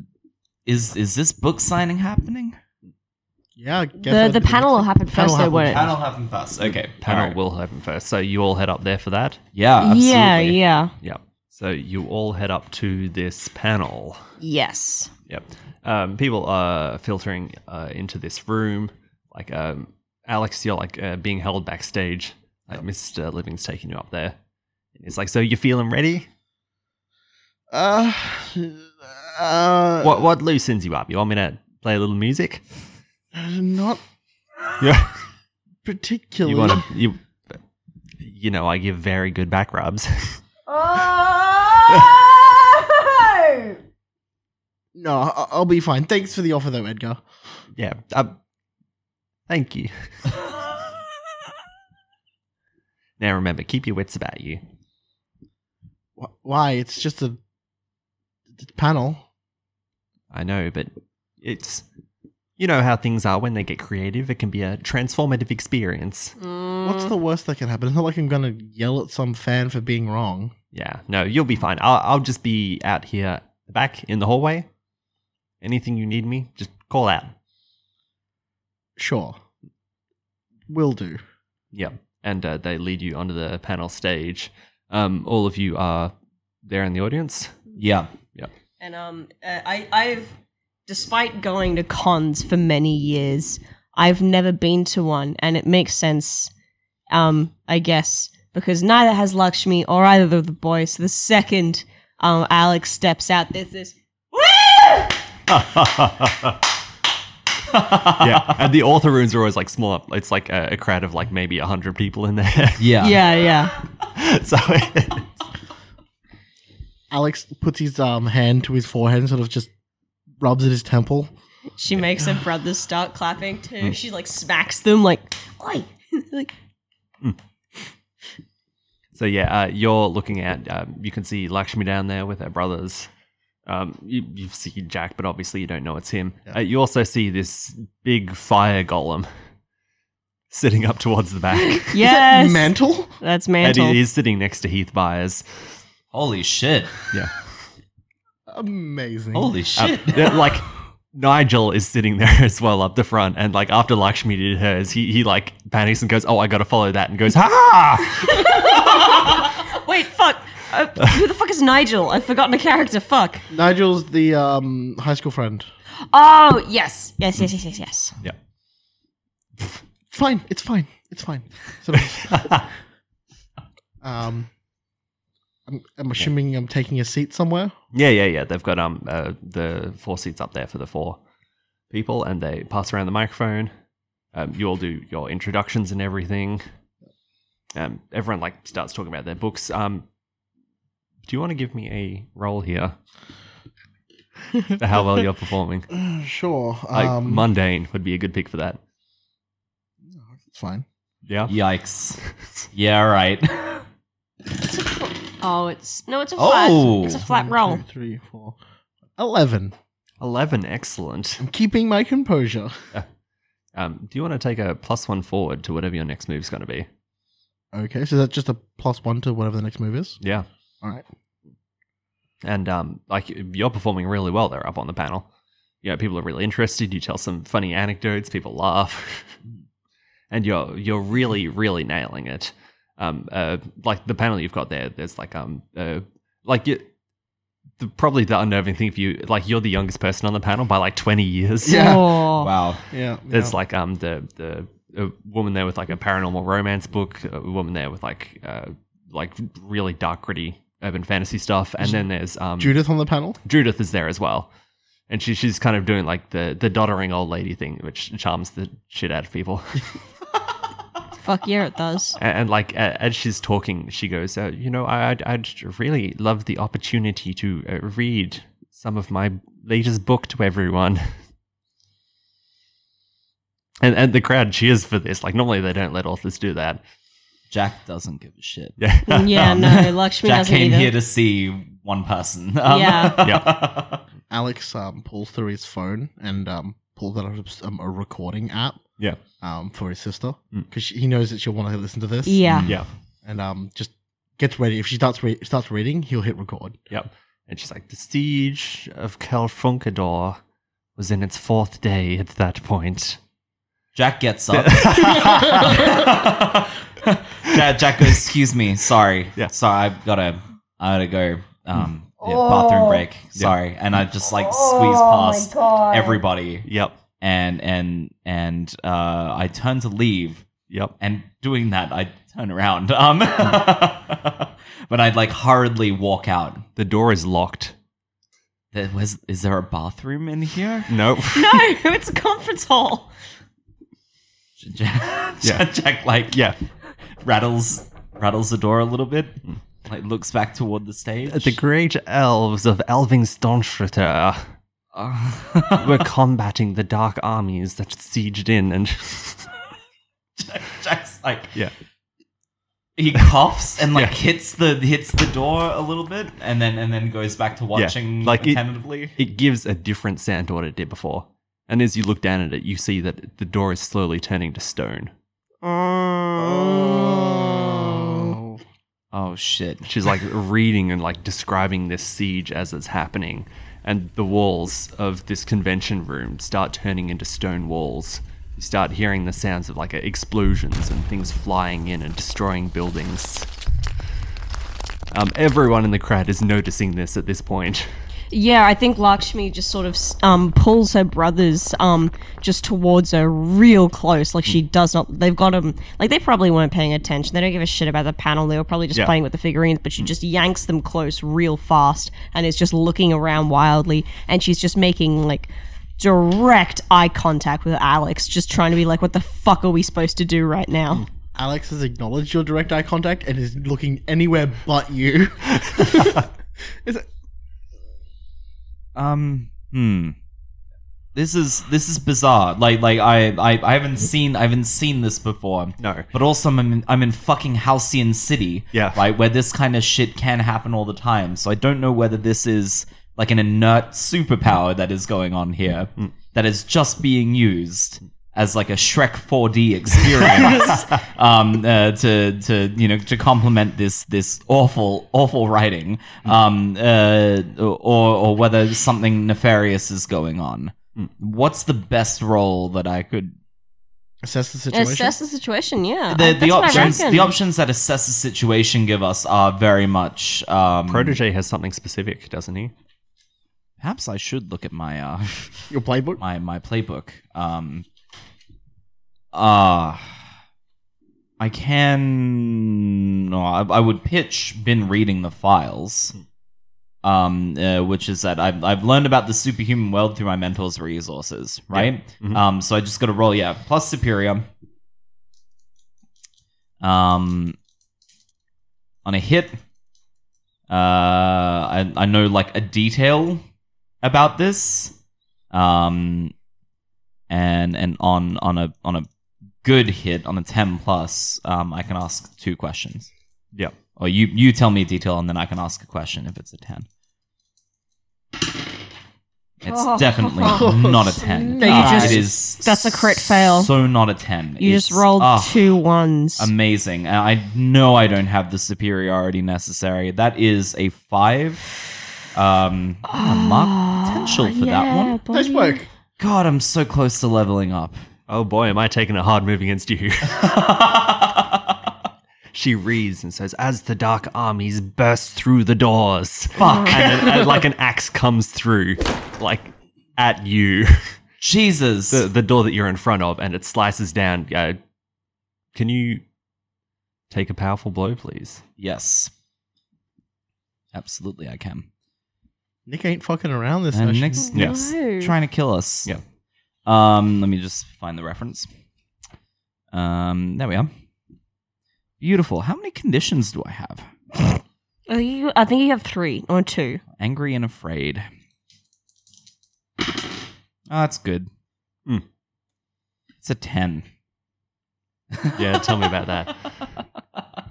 Speaker 1: is is this book signing happening?
Speaker 4: Yeah, I guess
Speaker 2: The,
Speaker 4: that'd
Speaker 2: the
Speaker 4: be
Speaker 2: panel will
Speaker 4: next-
Speaker 2: happen
Speaker 4: Panel
Speaker 2: first, though,
Speaker 4: happen
Speaker 2: won't it?
Speaker 1: Panel happen first. Okay,
Speaker 3: Panel
Speaker 1: alright.
Speaker 3: will open first. So you all head up there for that.
Speaker 1: Yeah, absolutely.
Speaker 5: Yeah, yeah.
Speaker 3: Yeah. So you all head up to this panel.
Speaker 5: Yes.
Speaker 3: Yep. Um, people are filtering uh, into this room. Like um, Alex, you're like uh, being held backstage. Like Mr. Living's taking you up there. It's like, so you feeling ready?
Speaker 4: Uh, uh,
Speaker 3: What what loosens you up? You want me to play a little music?
Speaker 4: Not
Speaker 3: Yeah.
Speaker 4: particularly.
Speaker 3: you want to you you know, I give very good back rubs.
Speaker 2: Oh!
Speaker 4: No, I- I'll be fine. Thanks for the offer, though, Edgar.
Speaker 3: yeah. Um, thank you. now remember, keep your wits about you.
Speaker 4: Wh- Why? It's just a it's panel.
Speaker 3: I know, but it's you know how things are when they get creative. It can be a transformative experience.
Speaker 4: What's
Speaker 2: Mm.
Speaker 4: the worst that can happen? It's not like I'm gonna yell at some fan for being wrong.
Speaker 3: Yeah, no, you'll be fine. I'll, I'll just be out here back in the hallway. Anything you need me, just call out.
Speaker 4: Sure, will do.
Speaker 3: Yep. And uh, they lead you onto the panel stage. Um, all of you are there in the audience.
Speaker 1: Yeah.
Speaker 5: And um, uh, I, I've, despite going to cons for many years, I've never been to one, and it makes sense, um, I guess, because neither has Lakshmi or either of the boys. So the second um, Alex steps out, there's this. "Woo!"
Speaker 3: yeah. And the author rooms are always like smaller. It's like a, a crowd of like maybe 100 people in there.
Speaker 1: Yeah.
Speaker 5: Yeah, yeah.
Speaker 3: so
Speaker 4: Alex puts his um, hand to his forehead and sort of just rubs at his temple.
Speaker 5: She makes her brothers start clapping too.
Speaker 1: Hmm.
Speaker 5: She like smacks them like, oi, like
Speaker 3: So yeah, uh, you're looking at. Um, you can see Lakshmi down there with her brothers. Um, you, you see Jack, but obviously you don't know it's him. Uh, you also see this big fire golem sitting up towards the back,
Speaker 5: yes,
Speaker 4: Mantle?
Speaker 5: that's
Speaker 3: and
Speaker 5: mantle.
Speaker 3: he is sitting next to Heath Byers.
Speaker 1: Holy shit.
Speaker 3: Yeah,
Speaker 4: Amazing.
Speaker 1: Holy
Speaker 3: Uh,
Speaker 1: shit.
Speaker 3: yeah, like Nigel is sitting there as well up the front, and like after Lakshmi did hers, he he like panics and goes, "Oh, I got to follow that," and goes, "Ha!"
Speaker 5: Wait, fuck. Uh, who the fuck is Nigel? I've forgotten a character. Fuck.
Speaker 4: Nigel's the um, high school friend.
Speaker 5: Oh, yes. Yes, yes, yes, yes, yes.
Speaker 3: Yeah.
Speaker 4: Fine, it's fine, it's fine. Sort of- um, I'm, I'm assuming I'm taking a seat somewhere.
Speaker 3: Yeah, yeah, yeah. They've got um uh, the four seats up there for the four people, and they pass around the microphone. Um, you all do your introductions and everything. Um, everyone like starts talking about their books. Um, do you want to give me a role here? For How well you're performing?
Speaker 4: Mm, Sure.
Speaker 3: Like
Speaker 4: Um,
Speaker 3: mundane would be a good pick for that.
Speaker 4: it's fine.
Speaker 3: Yeah.
Speaker 1: Yikes. Yeah, right.
Speaker 5: Oh, it's. No, it's a flat.
Speaker 1: Oh.
Speaker 5: It's a flat roll.
Speaker 4: Two, three, four. Eleven.
Speaker 3: Eleven, excellent.
Speaker 4: I'm keeping my composure.
Speaker 3: Um, do you want to take a plus one forward to whatever your next move's going to be?
Speaker 4: Okay, so that's just a plus one to whatever the next move is.
Speaker 3: Yeah.
Speaker 4: All right.
Speaker 3: and um, like you're performing really well there up on the panel. You know, people are really interested. You tell some funny anecdotes, people laugh, and you're you're really really nailing it. Um, uh, like the panel you've got there, there's like um, uh, like you, the probably the unnerving thing for you, like you're the youngest person on the panel by like twenty years.
Speaker 4: Yeah.
Speaker 5: Oh.
Speaker 1: Wow.
Speaker 4: Yeah.
Speaker 3: There's like um the the a woman there with like a paranormal romance book, a woman there with like uh like really dark gritty urban fantasy stuff, and then there's um
Speaker 4: Judith on the panel.
Speaker 3: Judith is there as well. And she, she's kind of doing like the, the doddering old lady thing, which charms the shit out of people.
Speaker 5: Fuck yeah, it does.
Speaker 3: and, and like a- as she's talking, she goes, uh, You know, I, I'd, I'd really love the opportunity to uh, read some of my latest book to everyone. And, and the crowd cheers for this. Like, normally they don't let authors do that.
Speaker 1: Jack doesn't give a shit.
Speaker 3: Yeah.
Speaker 5: Yeah, no, Lakshmi
Speaker 1: Jack
Speaker 5: doesn't
Speaker 1: came
Speaker 5: either.
Speaker 1: here to see one person. Um,
Speaker 5: Yeah.
Speaker 3: yeah.
Speaker 4: Alex um, pulls through his phone and um, pulls out a, um, a recording app
Speaker 3: Yeah.
Speaker 4: um, for his sister
Speaker 3: Mm.
Speaker 4: because he knows that she'll want to listen to this.
Speaker 5: yeah.
Speaker 3: Yeah.
Speaker 4: And um, just gets ready. If she starts re- starts reading, he'll hit record.
Speaker 3: Yep. And she's like, the siege of Kelfunkador was in its fourth day at that point.
Speaker 1: Jack gets up. Jack, Jack goes, excuse me, sorry.
Speaker 3: Yeah.
Speaker 1: Sorry, I've gotta I gotta go. Um yeah, bathroom break. Sorry. And I just like squeeze past everybody.
Speaker 3: Yep.
Speaker 1: And and and uh I turn to leave
Speaker 3: Yep.
Speaker 1: and doing that I turn around. Um but I'd like hurriedly walk out.
Speaker 3: The door is locked.
Speaker 1: There was is there a bathroom in here?
Speaker 3: Nope.
Speaker 5: No, it's a conference hall.
Speaker 1: Jack,
Speaker 3: Yeah.
Speaker 1: Jack like
Speaker 3: yeah.
Speaker 1: rattles rattles the door a little bit, like looks back toward the stage.
Speaker 3: The great elves of Elvingstonsritter
Speaker 1: Uh,
Speaker 3: were combating the dark armies that sieged in, and
Speaker 1: Jack- Jack's like
Speaker 3: yeah,
Speaker 1: he coughs and like
Speaker 3: Yeah.
Speaker 1: hits the hits the door a little bit, and then and then goes back to watching
Speaker 3: like it-
Speaker 1: attentively.
Speaker 3: it gives a different sound to what it did before. And as you look down at it, you see that the door is slowly turning to stone.
Speaker 4: Oh.
Speaker 1: oh shit!
Speaker 3: She's like reading and like describing this siege as it's happening, and the walls of this convention room start turning into stone walls. You start hearing the sounds of like explosions and things flying in and destroying buildings. Um, everyone in the crowd is noticing this at this point.
Speaker 5: Yeah, I think Lakshmi just sort of um, pulls her brothers um, just towards her real close. Like she does not. They've got them. Like they probably weren't paying attention. They don't give a shit about the panel. They were probably just
Speaker 3: Yeah.
Speaker 5: playing with the figurines. But she just yanks them close real fast and is just looking around wildly. And she's just making like direct eye contact with Alex, just trying to be like, "What the fuck are we supposed to do right now?"
Speaker 4: Alex has acknowledged your direct eye contact and is looking anywhere but you. It's like,
Speaker 1: Um, hmm. This is this is bizarre. Like like I I, I haven't seen I haven't seen this before.
Speaker 3: No.
Speaker 1: But also I'm in, I'm in fucking Halcyon City.
Speaker 3: Yeah.
Speaker 1: Right, where this kind of shit can happen all the time. So I don't know whether this is like an inert superpower that is going on here that is just being used as like a Shrek 4D experience um, uh, to to you know to complement this this awful awful writing um, uh, or or whether something nefarious is going on. What's the best role that I could
Speaker 4: Assess the situation.
Speaker 5: Assess the situation. Yeah,
Speaker 1: Hmm. the,
Speaker 5: I-
Speaker 1: the
Speaker 5: Uh, that's what I
Speaker 1: options
Speaker 5: reckon.
Speaker 1: the options that assess the situation give us are very much um,
Speaker 3: Protege has something specific, doesn't he?
Speaker 1: Perhaps I should look at my uh,
Speaker 4: your playbook.
Speaker 1: my my playbook. Um, uh, I can. No, I, I would pitch. Been reading the files. Um, uh, which is that I've I've learned about the superhuman world through my mentor's resources, right?
Speaker 3: Mhm.
Speaker 1: Um, so I just got to roll, yeah, plus superior. Um, on a hit, uh, I I know like a detail about this, um, and and on on a on a good hit on a ten plus, um, I can ask two questions.
Speaker 3: Yeah.
Speaker 1: Or you you tell me a detail and then I can ask a question if it's a ten. It's definitely not a ten.
Speaker 5: No, you
Speaker 1: Uh,
Speaker 5: just-
Speaker 1: it is
Speaker 5: that's a crit fail.
Speaker 1: So not a ten.
Speaker 5: You
Speaker 1: It's-
Speaker 5: just rolled
Speaker 1: ah,
Speaker 5: two ones.
Speaker 1: Amazing. And I know I don't have the superiority necessary. That is a five. Um, ah, mark potential for that one.
Speaker 4: Nice work.
Speaker 1: God, I'm so close to leveling up.
Speaker 3: Oh boy, am I taking a hard move against you. she reads and says, As the dark armies burst through the doors. Fuck. And, then, uh, like an axe comes through, like at you,
Speaker 1: Jesus.
Speaker 3: the, the door that you're in front of, and it slices down. Uh, can you take a powerful blow, please?
Speaker 1: yes. Absolutely, I can.
Speaker 4: Nick ain't fucking around this
Speaker 1: And
Speaker 4: session.
Speaker 1: Nick's,
Speaker 3: Yeah.
Speaker 1: Nick's
Speaker 5: No.
Speaker 1: trying to kill us.
Speaker 3: Yeah.
Speaker 1: Um, let me just find the reference. Um, there we are. Beautiful. How many conditions do I have?
Speaker 5: I think Oh, you- I think you have three or two.
Speaker 1: Angry and afraid. Oh, that's good.
Speaker 3: Hmm.
Speaker 1: It's a 10.
Speaker 3: Yeah, tell me about that.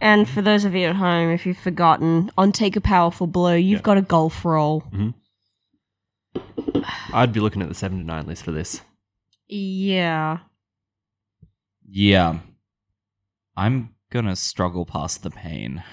Speaker 5: And for those of you at home, if you've forgotten, on Take a Powerful Blow, you've
Speaker 3: Yeah.
Speaker 5: got a golf roll.
Speaker 3: I'd be looking at the 7 to 9 list for this.
Speaker 5: Yeah.
Speaker 1: Yeah. I'm gonna struggle past the pain.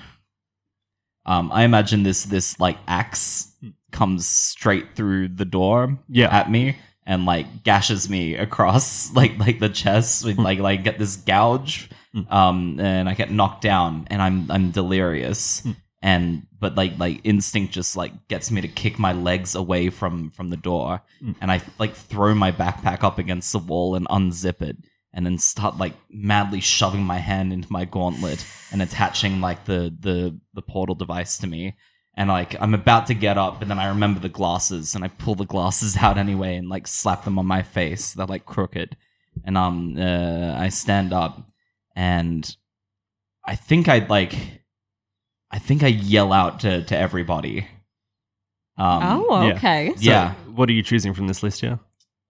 Speaker 1: Um, I imagine this this like axe comes straight through the door
Speaker 3: Yeah.
Speaker 1: at me and like gashes me across like like the chest with like like get this gouge um and I get knocked down and I'm I'm delirious and but like like instinct just like gets me to kick my legs away from from the door and I like throw my backpack up against the wall and unzip it and then start like madly shoving my hand into my gauntlet and attaching like the the the portal device to me and like I'm about to get up and then I remember the glasses and I pull the glasses out anyway and like slap them on my face they're like crooked and um uh, I stand up and I think I'd like I think I yell out to to everybody. Um,
Speaker 5: oh,
Speaker 3: yeah.
Speaker 5: okay.
Speaker 3: So
Speaker 1: yeah.
Speaker 3: What are you choosing from this list here?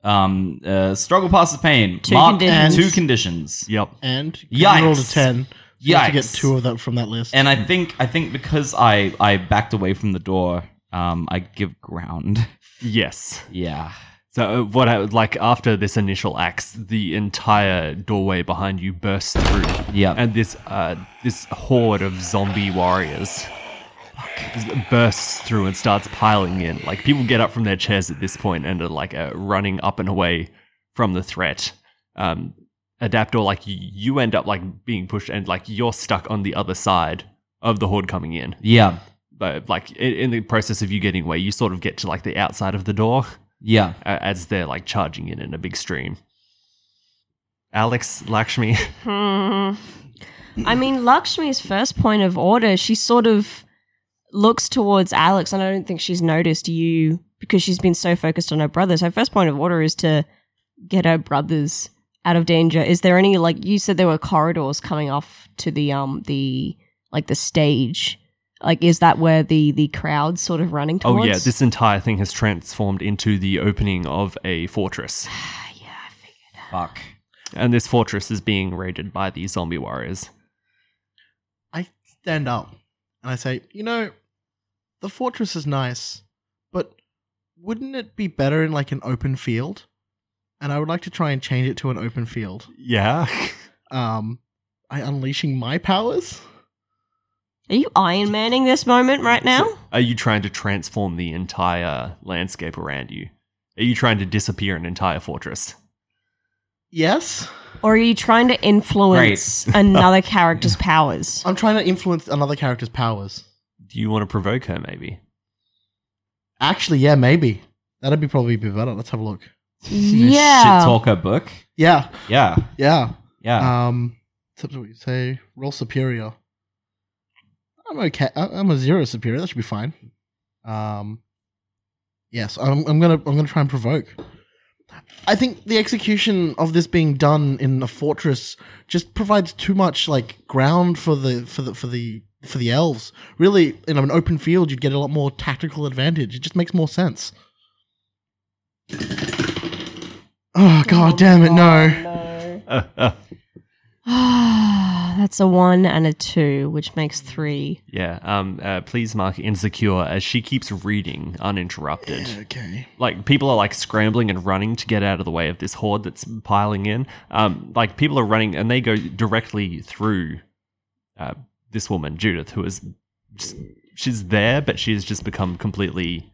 Speaker 1: Um, uh, struggle passes pain.
Speaker 5: Two
Speaker 1: Mark
Speaker 5: conditions.
Speaker 1: two conditions.
Speaker 3: Yep.
Speaker 4: And you rolled a
Speaker 1: Yikes.
Speaker 4: ten. You have to get
Speaker 1: Yikes.
Speaker 4: two of that from that list.
Speaker 1: And I think I think because I I backed away from the door, um, I give ground.
Speaker 3: Yes.
Speaker 1: Yeah.
Speaker 3: So uh, what I like after this initial axe, the entire doorway behind you bursts through.
Speaker 1: Yeah.
Speaker 3: And this uh, this horde of zombie warriors just bursts through and starts piling in. Like people get up from their chairs at this point and are like uh, running up and away from the threat. Um, Adaptor, like y- you end up like being pushed and like you're stuck on the other side of the horde coming in.
Speaker 1: yeah.
Speaker 3: But like in, in the process of you getting away, you sort of get to like the outside of the door
Speaker 1: Yeah.
Speaker 3: a- as they're like charging in in a big stream. Alex Lakshmi,
Speaker 5: Hmm. I mean, Lakshmi's first point of order, she sort of looks towards Alex, and I don't think she's noticed you because she's been so focused on her brothers. Her first point of order is to get her brothers out of danger. Is there any like you said there were corridors coming off to the um the like the stage? Like, is that where the the crowd's sort of running
Speaker 3: oh
Speaker 5: towards?
Speaker 3: yeah, this entire thing has transformed into the opening of a fortress,
Speaker 5: Ah, yeah. I figured.
Speaker 1: Fuck.
Speaker 3: and this fortress is being raided by the zombie warriors.
Speaker 4: I stand up and I say, you know, the fortress is nice, but wouldn't it be better in like an open field? And I would like to try and change it to an open field.
Speaker 3: Yeah,
Speaker 4: Um, I unleashing my powers.
Speaker 5: Are you Iron Manning this moment right now?
Speaker 3: are you trying to transform the entire landscape around you? Are you trying to disappear an entire fortress?
Speaker 4: Yes,
Speaker 5: Or are you trying to influence another character's powers?
Speaker 4: I'm trying to influence another character's powers.
Speaker 3: Do you want to provoke her? Maybe.
Speaker 4: Actually, yeah, maybe that'd be probably be better. Let's have a look.
Speaker 5: Yeah.
Speaker 1: Shit talker book.
Speaker 4: Yeah,
Speaker 1: Yeah.
Speaker 4: yeah.
Speaker 1: Yeah.
Speaker 4: Um, except what you say, roll superior. I'm okay. I- I'm a zero superior. That should be fine. Um, yes, I'm, I'm gonna I'm gonna try and provoke. I think the execution of this being done in a fortress just provides too much like ground for the for the for the for the elves. Really, in an open field, you'd get a lot more tactical advantage. It just makes more sense. Oh god damn it! no.
Speaker 5: That's a one and a two, which makes three.
Speaker 3: Yeah. Um. Uh, please mark insecure as she keeps reading uninterrupted.
Speaker 4: Okay.
Speaker 3: like people are like scrambling and running to get out of the way of this horde that's piling in. Um, like people are running and they go directly through uh, this woman Judith, who is just, she's there, but she has just become completely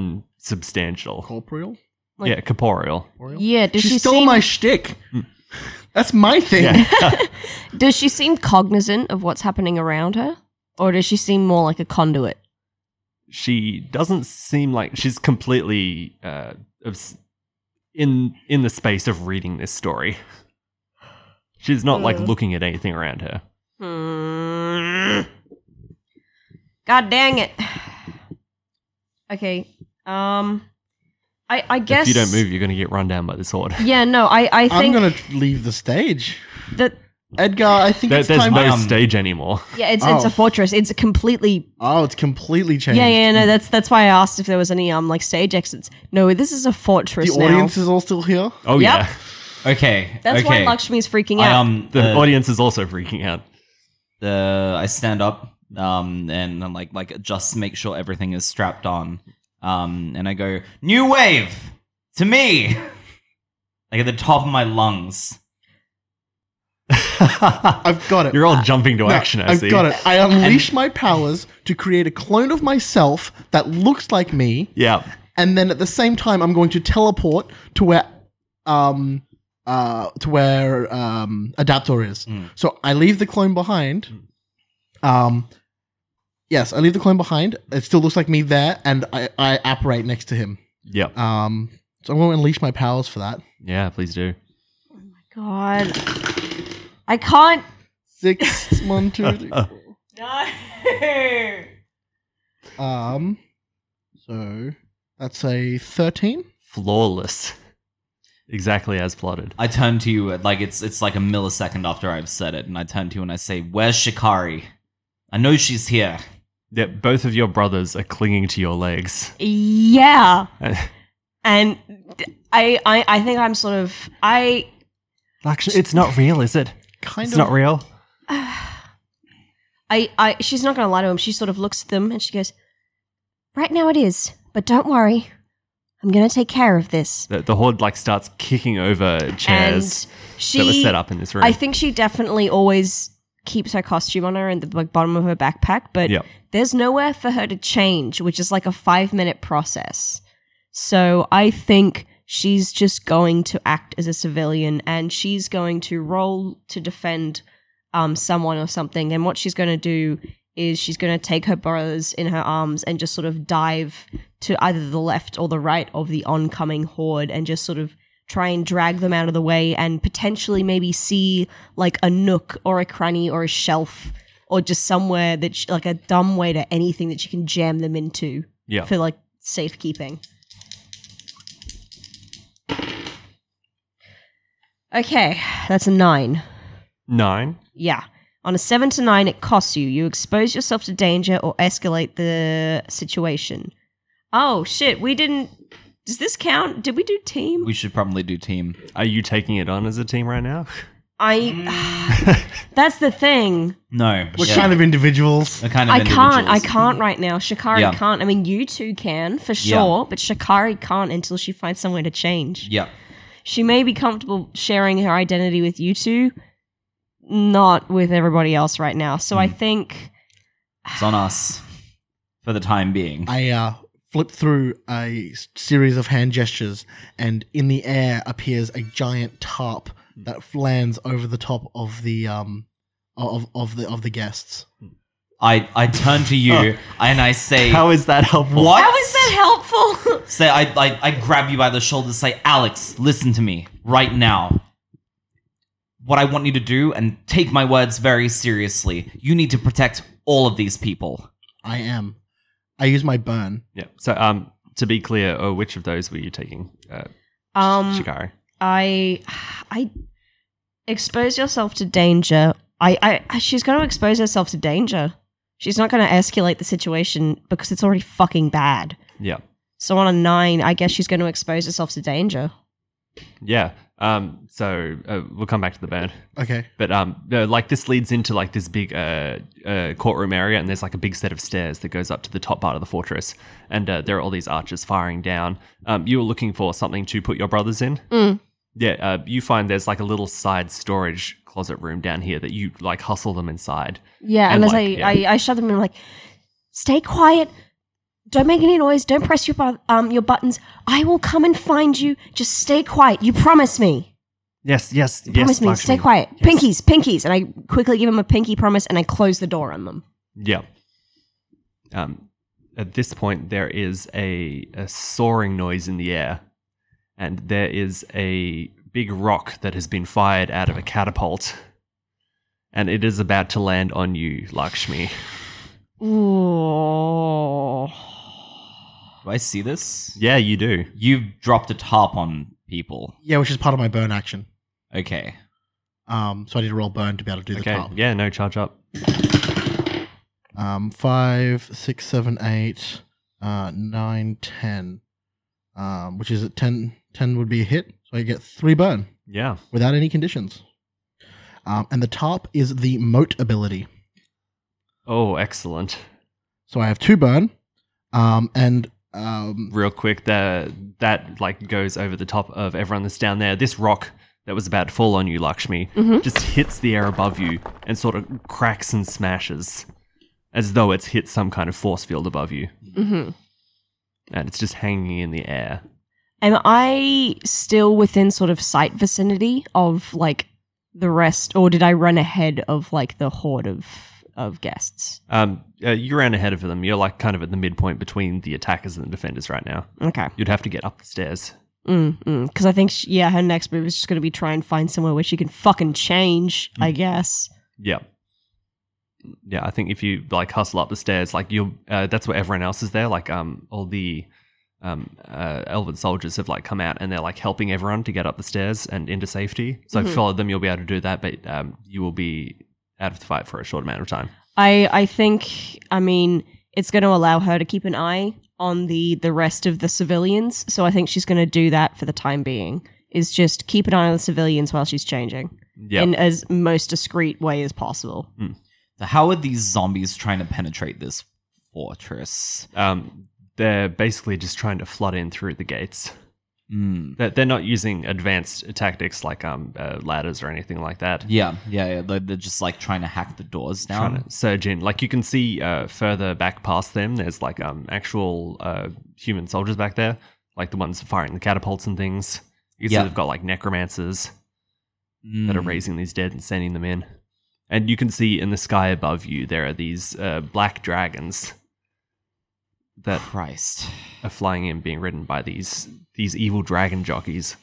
Speaker 3: non-substantial.
Speaker 4: Corporeal?
Speaker 5: Like-
Speaker 3: yeah, corporeal.
Speaker 5: Yeah, does
Speaker 4: she,
Speaker 5: she,
Speaker 4: stole
Speaker 5: seem,
Speaker 4: my shtick.
Speaker 3: Hmm.
Speaker 4: That's my thing.
Speaker 5: does she seem cognizant of what's happening around her? Or does she seem more like a conduit?
Speaker 3: she doesn't seem like she's completely uh, obs- in in the space of reading this story. She's not like looking at anything around her.
Speaker 5: Hmm. God dang it. Okay. Um I I guess
Speaker 3: If you don't move, you're going to get run down by this horde.
Speaker 5: Yeah, no, I, I
Speaker 4: I'm
Speaker 5: think
Speaker 4: gonna leave the stage.
Speaker 5: that
Speaker 4: Edgar, I think
Speaker 3: There,
Speaker 4: it's
Speaker 3: there's
Speaker 4: time.
Speaker 3: no
Speaker 1: um,
Speaker 3: stage anymore.
Speaker 5: yeah, it's it's
Speaker 4: Oh.
Speaker 5: a fortress. It's a completely
Speaker 4: oh, it's completely changed.
Speaker 5: Yeah, yeah, no, that's that's why I asked if there was any um like stage exits. No, this is a
Speaker 4: The
Speaker 5: fortress now.
Speaker 4: audience is all still here.
Speaker 5: Yep.
Speaker 3: Oh yeah,
Speaker 1: okay.
Speaker 5: That's
Speaker 1: okay.
Speaker 5: why Lakshmi's freaking
Speaker 1: I
Speaker 5: out.
Speaker 1: um
Speaker 3: the
Speaker 1: the,
Speaker 3: audience is also freaking out.
Speaker 1: the I stand up um and I'm like like just make sure everything is strapped on um and I go new wave to me like at the top of my lungs
Speaker 4: I've got it.
Speaker 3: You're all jumping to
Speaker 4: No,
Speaker 3: action. I
Speaker 4: I've
Speaker 3: see.
Speaker 4: got it. I unleash my powers to create a clone of myself that looks like me,
Speaker 3: Yeah,
Speaker 4: and then at the same time, I'm going to teleport to where, um, uh, to where um, Adaptor is.
Speaker 3: Hmm.
Speaker 4: So I leave the clone behind. Um, yes, I leave the clone behind. It still looks like me there, and I I apparate next to him.
Speaker 3: yep,
Speaker 4: Um, so I'm going to unleash my powers for that.
Speaker 3: yeah. Please do.
Speaker 5: God. I can't
Speaker 4: Six, one, two, three. four.
Speaker 5: No.
Speaker 4: Um, so that's a thirteen.
Speaker 3: Flawless. Exactly as plotted.
Speaker 1: I turn to you at, like it's it's like a millisecond after I've said it, and I turn to you and I say, "Where's Shikari? I know she's here."
Speaker 3: Yeah, both of your brothers are clinging to your legs.
Speaker 5: Yeah. and d- I, I, I think I'm sort of I.
Speaker 3: Actually, it's not real, is it?
Speaker 4: Kind
Speaker 3: it's
Speaker 4: of.
Speaker 3: not real.
Speaker 5: I, I, she's not going to lie to him. She sort of looks at them and she goes, Right now it is, but don't worry. I'm going to take care of this.
Speaker 3: The, the horde like starts kicking over chairs
Speaker 5: and she,
Speaker 3: that were set up in this room.
Speaker 5: I think she definitely always keeps her costume on her and the like, bottom of her backpack, but
Speaker 3: Yep.
Speaker 5: there's nowhere for her to change, which is like a five minute process. So I think she's just going to act as a civilian and she's going to roll to defend um, someone or something. And what she's going to do is she's going to take her brothers in her arms and just sort of dive to either the left or the right of the oncoming horde and just sort of try and drag them out of the way and potentially maybe see like a nook or a cranny or a shelf or just somewhere that she, like a dumb way to anything that she can jam them into
Speaker 3: Yeah.
Speaker 5: for like safekeeping. Okay, that's a nine.
Speaker 3: Nine.
Speaker 5: Yeah. On a seven to nine, it costs you. You expose yourself to danger or escalate the situation. Oh shit, we didn't. Does this count? Did we do team?
Speaker 1: We should probably do team.
Speaker 3: Are you taking it on as a team right now?
Speaker 1: Mm.
Speaker 5: I. that's the thing.
Speaker 1: No,
Speaker 4: We're
Speaker 1: yeah.
Speaker 4: kind of individuals.
Speaker 1: We're kind of
Speaker 5: I can't. I
Speaker 1: individuals.
Speaker 5: can't right now. Shikari
Speaker 1: Mm-hmm. Yeah.
Speaker 5: can't. I mean, you two can for
Speaker 1: Yeah.
Speaker 5: sure, but Shikari can't until she finds somewhere to change.
Speaker 1: Yeah,
Speaker 5: She may be comfortable sharing her identity with you two, not with everybody else right now. So
Speaker 1: Mm.
Speaker 5: I think.
Speaker 1: it's on us for the time being.
Speaker 4: I uh, flip through a s- series of hand gestures, and in the air appears a giant tarp that lands over the top of the um of of the of the guests.
Speaker 1: I I turn to you and I say,
Speaker 3: How is that helpful?
Speaker 1: "What?"
Speaker 5: How is that helpful?
Speaker 1: Say, I, I I grab you by the shoulder. Say, Alex, listen to me right now. What I want you to do, and take my words very seriously. You need to protect all of these people.
Speaker 4: I am. I use my burn.
Speaker 3: Yeah. So, um, to be clear, oh, which of those were you taking, uh,
Speaker 5: um,
Speaker 3: Shikari?
Speaker 5: I, I expose yourself to danger. I, I, I she's going to expose herself to danger. She's not going to escalate the situation because it's already fucking bad.
Speaker 3: Yeah.
Speaker 5: So on a nine, I guess she's going to expose herself to danger.
Speaker 3: Yeah. Um, so uh, we'll come back to the band,
Speaker 4: Okay.
Speaker 3: but um, no, like this leads into like this big uh, uh, courtroom area, and there's like a big set of stairs that goes up to the top part of the fortress, and uh, there are all these archers firing down. Um, you were looking for something to put your brothers in.
Speaker 5: Mm.
Speaker 3: Yeah. Uh, you find there's like a little side storage closet room down here that you like hustle them inside.
Speaker 5: Yeah, and,
Speaker 3: And,
Speaker 5: as
Speaker 3: like,
Speaker 5: I, I, I shut them in, like, stay quiet. Don't make any noise. Don't press your bu- um your buttons. I will come and find you. Just stay quiet. You promise me.
Speaker 3: Yes. Yes.
Speaker 5: Promise
Speaker 3: yes.
Speaker 5: me.
Speaker 3: Lakshmi.
Speaker 5: Stay quiet.
Speaker 3: Yes.
Speaker 5: Pinkies, pinkies. And I quickly give him a pinky promise, and I close the door on them.
Speaker 3: Yeah. Um, at this point, there is a, a soaring noise in the air, and there is a big rock that has been fired out of a catapult, and it is about to land on you, Lakshmi.
Speaker 5: Ooh.
Speaker 1: Do I see this?
Speaker 3: Yeah, you do.
Speaker 1: You've dropped a tarp on people.
Speaker 4: Yeah, which is part of my burn action.
Speaker 1: Okay.
Speaker 4: Um, so I need to roll burn to be able to do the
Speaker 3: Okay.
Speaker 4: tarp.
Speaker 3: Yeah, no charge up.
Speaker 4: Um, five, six, seven, eight, uh, nine, ten. Um, which is at 10, 10 would be a hit. So I get three burn
Speaker 3: Yeah.
Speaker 4: without any conditions. Um, and the tarp is the moat ability.
Speaker 3: Oh, excellent.
Speaker 4: So I have two burn. Um, and um,
Speaker 3: Real quick, the, that like goes over the top of everyone that's down there. This rock that was about to fall on you, Lakshmi,
Speaker 5: Mhm.
Speaker 3: just hits the air above you and sort of cracks and smashes as though it's hit some kind of force field above you.
Speaker 5: Mm-hmm.
Speaker 3: And it's just hanging in the air.
Speaker 5: Am I still within sort of sight vicinity of like the rest, or did I run ahead of like the horde of of guests?
Speaker 3: Um, uh, you ran ahead of them. You're like kind of at the midpoint between the attackers and the defenders right now.
Speaker 5: Okay.
Speaker 3: You'd have to get up the stairs.
Speaker 5: Mm-hmm. Because I think, she, yeah, her next move is just going to be try and find somewhere where she can fucking change,
Speaker 1: Mm.
Speaker 5: I guess.
Speaker 3: Yeah. Yeah, I think if you like hustle up the stairs, like you'll, uh, that's where everyone else is there. Like um, all the um, uh, elven soldiers have like come out and they're like helping everyone to get up the stairs and into safety. So if you follow them, you'll be able to do that, but um, you will be out of the fight for a short amount of time.
Speaker 5: I I think I mean it's going to allow her to keep an eye on the the rest of the civilians. So I think she's going to do that for the time being. Is just keep an eye on the civilians while she's changing
Speaker 3: Yeah,
Speaker 5: in as most discreet way as possible.
Speaker 1: So how are these zombies trying to penetrate this fortress?
Speaker 3: um, they're basically just trying to flood in through the gates.
Speaker 1: Mm.
Speaker 3: They're, they're not using advanced tactics like um, uh, ladders or anything like that.
Speaker 1: Yeah, yeah, yeah. They're, they're just like trying to hack the doors down.
Speaker 3: trying to surge in. Like you can see uh, further back past them, there's like um actual uh, human soldiers back there, like the ones firing the catapults and things. You can
Speaker 1: Yeah.
Speaker 3: see they've got like necromancers
Speaker 1: Mm.
Speaker 3: that are raising these dead and sending them in. And you can see in the sky above you there are these uh, black dragons that
Speaker 1: Christ.
Speaker 3: are flying in, being ridden by these these evil dragon jockeys.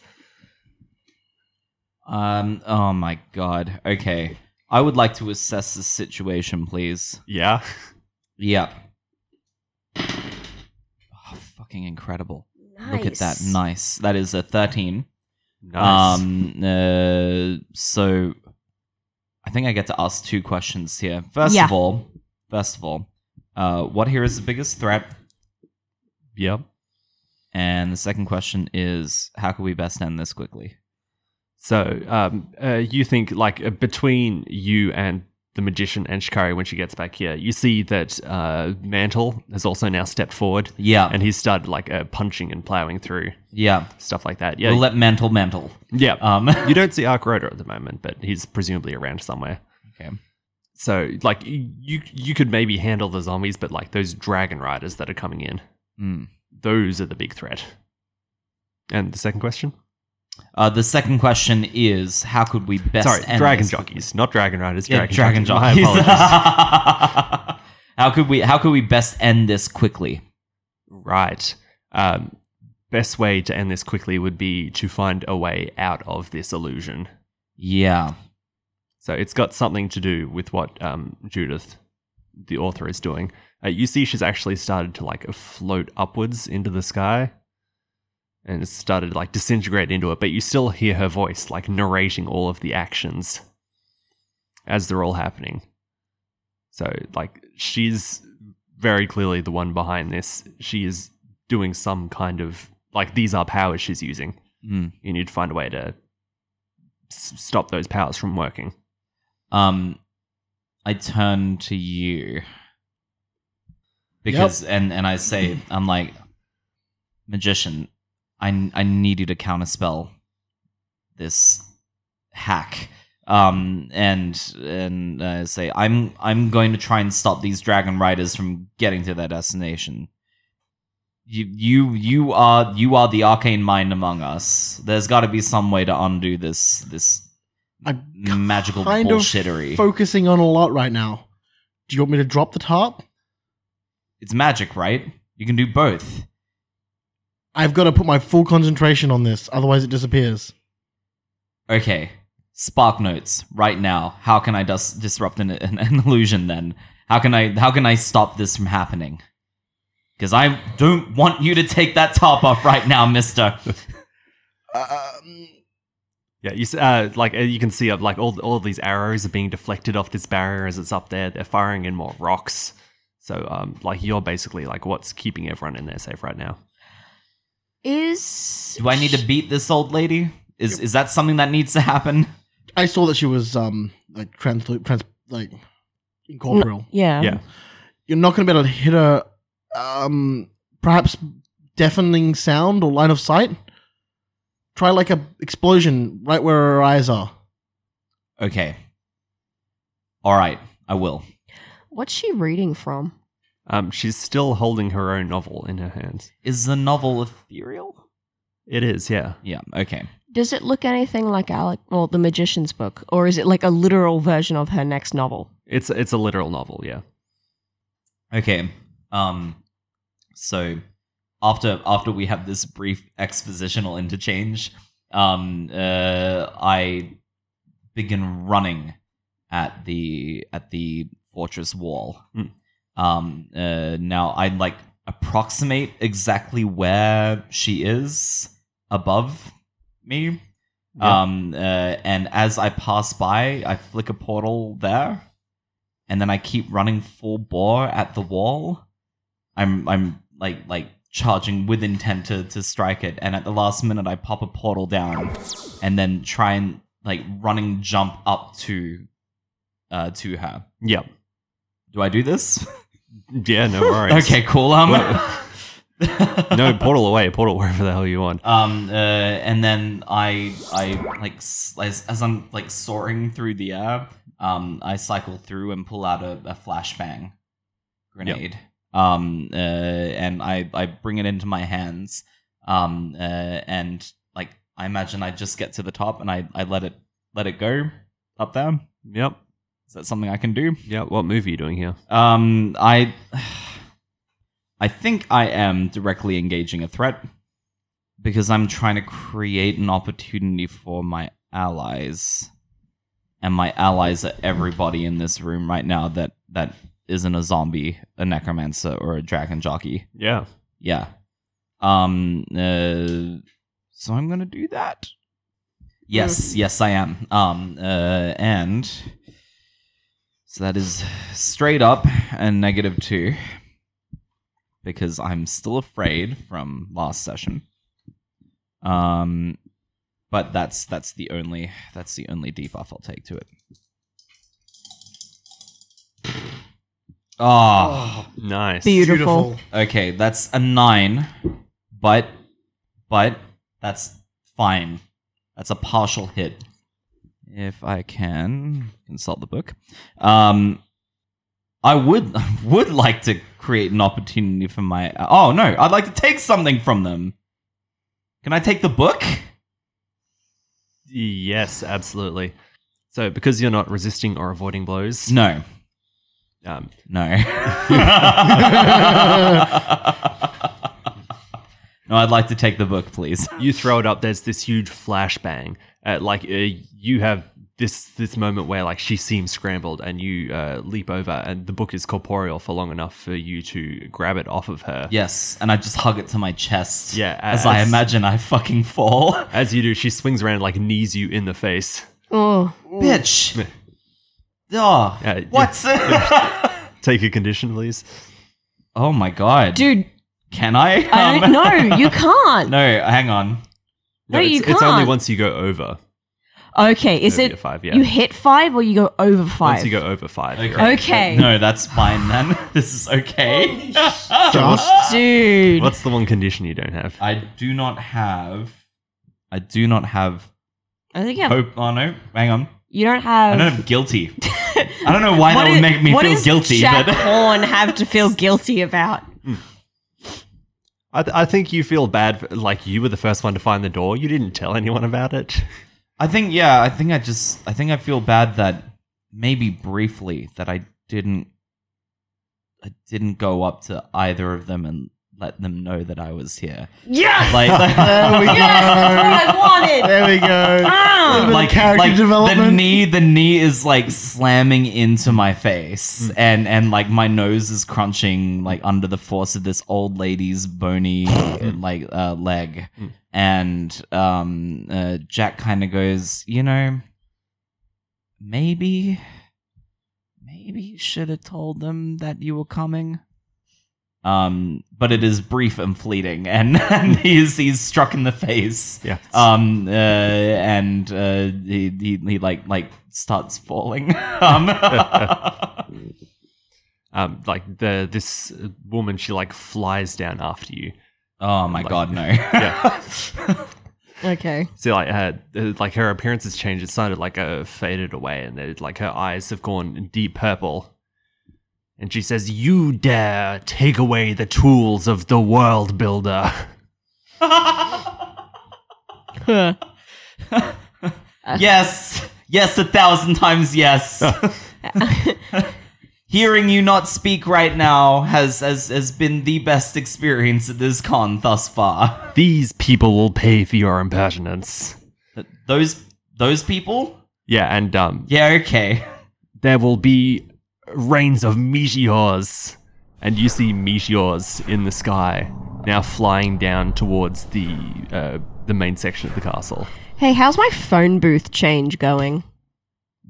Speaker 1: Um. Oh my God. Okay. I would like to assess the situation, please.
Speaker 3: Yeah,
Speaker 1: Yep. Oh, fucking incredible.
Speaker 2: Nice.
Speaker 1: Look at that. Nice. That is a 13.
Speaker 3: nice.
Speaker 1: Um, uh, so I think I get to ask two questions here. First
Speaker 5: Yeah.
Speaker 1: of all, first of all, uh, what here is the biggest threat?
Speaker 3: yep.
Speaker 1: And the second question is, how can we best end this quickly?
Speaker 3: So um, uh, you think like uh, between you and the magician and Shikari when she gets back here, you see that uh, Mantle has also now stepped forward
Speaker 1: Yeah,
Speaker 3: and he's started like uh, punching and plowing through
Speaker 1: yeah.
Speaker 3: stuff like that. Yeah,
Speaker 1: We'll let mantle mantle.
Speaker 3: yeah.
Speaker 1: Um,
Speaker 3: you don't see Ark Rotor at the moment, but he's presumably around somewhere.
Speaker 1: okay.
Speaker 3: So like y- you you could maybe handle the zombies, but like those dragon riders that are coming in,
Speaker 1: Hmm.
Speaker 3: those are the big threat. And the second question,
Speaker 1: Uh, the second question is, how could we best
Speaker 3: sorry,
Speaker 1: end
Speaker 3: dragon
Speaker 1: this?
Speaker 3: jockeys, not dragon riders.
Speaker 1: Yeah,
Speaker 3: Dragon,
Speaker 1: dragon
Speaker 3: jockeys.
Speaker 1: jockeys.
Speaker 3: My apologies.
Speaker 1: how could we? How could we best end this quickly?
Speaker 3: Right. Um, best way to end this quickly would be to find a way out of this illusion.
Speaker 1: Yeah.
Speaker 3: So it's got something to do with what um, Judith, the author, is doing. Uh, you see, she's actually started to like float upwards into the sky, and it's started to, like disintegrate into it. But you still hear her voice, like narrating all of the actions as they're all happening. So, like, she's very clearly the one behind this. She is doing some kind of like these are powers she's using.
Speaker 1: Hmm.
Speaker 3: You need to find a way to s- stop those powers from working.
Speaker 1: um i turn to you because and and i say i'm like magician i i need you to counterspell this hack um and and i say i'm i'm going to try and stop these dragon riders from getting to their destination you you you are you are the arcane mind among us there's got to be some way to undo this this
Speaker 4: I'm
Speaker 1: magical
Speaker 4: kind
Speaker 1: bullshittery.
Speaker 4: of focusing on a lot right now. Do you want me to drop the tarp?
Speaker 1: it's magic, right? You can do both.
Speaker 4: I've got to put my full concentration on this, otherwise it disappears.
Speaker 1: Okay. Spark notes right now. How can I dis- disrupt an, an, an illusion then? How can I how can I stop this from happening? Because I don't want you to take that top off right now, Mister.
Speaker 4: Um,
Speaker 3: Yeah, you s- uh, like uh, you can see uh, like all all of these arrows are being deflected off this barrier as it's up there. They're firing in more rocks. So um, like you're basically like what's keeping everyone in there safe right now.
Speaker 2: Is
Speaker 1: Do I need to beat this old lady? Is is that something that needs to happen?
Speaker 4: I saw that she was um like trans, trans like incorporeal.
Speaker 5: Yeah.
Speaker 3: Yeah.
Speaker 4: You're not going to be able to hit her. Um, perhaps deafening sound or line of sight. Try like a explosion right where her eyes are.
Speaker 1: Okay. All right, I will.
Speaker 5: What's she reading from?
Speaker 3: Um, she's still holding her own novel in her hands.
Speaker 1: Is the novel ethereal?
Speaker 3: It is, yeah.
Speaker 1: Yeah. Okay.
Speaker 5: Does it look anything like Alec, well, the magician's book, or is it like a literal version of her next novel?
Speaker 3: It's it's a literal novel, yeah.
Speaker 1: Okay. Um so after after we have this brief expositional interchange, um uh I begin running at the at the fortress wall.
Speaker 3: Mm.
Speaker 1: Um uh now I like approximate exactly where she is above me. Um, uh, and as I pass by, I flick a portal there, and then I keep running full bore at the wall. I'm I'm like like charging with intent to, to strike it, and at the last minute I pop a portal down, and then try and like running jump up to, uh, to her.
Speaker 3: Yep.
Speaker 1: Do I do this?
Speaker 3: Yeah, no worries.
Speaker 1: okay, cool. Um,
Speaker 3: No, portal away, portal wherever the hell you want.
Speaker 1: um, uh, and then I I like s- as, as I'm like soaring through the air, um, I cycle through and pull out a, a flashbang grenade. Um, uh, and I I bring it into my hands. Um, uh, and like I imagine I just get to the top and I I let it let it go up there.
Speaker 3: Yep.
Speaker 1: Is that something I can do?
Speaker 3: Yep. What move are you doing here?
Speaker 1: Um, I, I think I am directly engaging a threat because I'm trying to create an opportunity for my allies, and my allies are everybody in this room right now that that isn't a zombie, a necromancer, or a dragon jockey.
Speaker 3: Yeah.
Speaker 1: Yeah. Um. Uh, so I'm gonna do that. Yes. Yes, I am. Um. Uh. And so that is straight up and negative two because I'm still afraid from last session. Um. But that's that's the only that's the only debuff I'll take to it. Ah.
Speaker 3: Nice.
Speaker 5: Beautiful.
Speaker 1: Okay, that's a nine, but but that's fine. That's a partial hit. If I can consult the book, um, I would would like to create an opportunity for my. Oh no, I'd like to take something from them. Can I take the book?
Speaker 3: Yes, absolutely. So, because you're not resisting or avoiding blows,
Speaker 1: No,
Speaker 3: um,
Speaker 1: no. no, I'd like to take the book, please.
Speaker 3: you throw it up. There's this huge flashbang. Uh, like uh, you have this this moment where like she seems scrambled, and you uh, leap over, and the book is corporeal for long enough for you to grab it off of her.
Speaker 1: Yes, and I just hug it to my chest.
Speaker 3: Yeah,
Speaker 1: as, I
Speaker 3: as-
Speaker 1: imagine I fucking fall.
Speaker 3: As you do, she swings around and like knees you in the face.
Speaker 5: Oh,
Speaker 1: Bitch. Oh,
Speaker 3: Yeah,
Speaker 1: what's
Speaker 3: Uh, Take a condition, please.
Speaker 1: oh my god,
Speaker 5: dude,
Speaker 1: Can I?
Speaker 5: I
Speaker 1: Um,
Speaker 5: don't, no, you can't.
Speaker 1: No, hang on.
Speaker 5: No, you
Speaker 3: it's, it's only
Speaker 5: can't.
Speaker 3: once you go over.
Speaker 5: Okay, is
Speaker 3: It'll be a
Speaker 5: it
Speaker 3: five? Yeah.
Speaker 5: you hit five or you go over five?
Speaker 3: Once you go over five. you're
Speaker 5: Okay. Okay.
Speaker 1: No, that's fine then. this is okay.
Speaker 4: Just
Speaker 1: ah,
Speaker 5: dude.
Speaker 3: What's the one condition you don't have?
Speaker 1: I do not have. I do not have
Speaker 5: I think you have.
Speaker 1: hope. Oh no, hang on.
Speaker 5: You don't
Speaker 1: I
Speaker 5: have.
Speaker 1: don't have guilty. I don't know why that would make me
Speaker 5: Um, what
Speaker 1: feel
Speaker 5: does
Speaker 1: guilty,
Speaker 5: Jack
Speaker 1: but
Speaker 5: Horn have to feel guilty about?
Speaker 3: I, th- I think you feel bad. For, like you were the first one to find the door. You didn't tell anyone about it.
Speaker 1: I think yeah, I think I just I think I feel bad that maybe briefly that I didn't I didn't go up to either of them and let them know that I was here.
Speaker 5: Yes,
Speaker 1: Like
Speaker 4: there we go.
Speaker 5: that's what I wanted.
Speaker 4: There we go.
Speaker 5: Ah!
Speaker 4: bit of
Speaker 1: like
Speaker 4: character
Speaker 1: like the
Speaker 4: development.
Speaker 1: knee the knee is like slamming into my
Speaker 4: Hmm.
Speaker 1: face and and like my nose is crunching like under the force of this old lady's bony like uh, leg
Speaker 4: Hmm.
Speaker 1: and um uh, Jack kind of goes you know maybe maybe you should have told them that you were coming um but it is brief and fleeting and, and he's he's struck in the face
Speaker 3: Yeah.
Speaker 1: um uh, and uh he, he, he like like starts falling um
Speaker 3: Um, like the this woman, she like flies down after you.
Speaker 1: oh my god no
Speaker 3: Yeah.
Speaker 5: Okay.
Speaker 3: So like her, uh, like her appearance has changed. It's started like uh, faded away, and it, like her eyes have gone deep purple. And she says, "You dare take away the tools of the world builder."
Speaker 1: yes yes a thousand times yes hearing you not speak right now has has has been the best experience at this con thus far
Speaker 3: These people will pay for your impertinence.
Speaker 1: those those people
Speaker 3: Yeah, and um,
Speaker 1: yeah okay
Speaker 3: there will be rains of meteors and you see meteors in the sky now flying down towards the uh, the main section of the castle.
Speaker 5: Hey, how's my phone booth change going?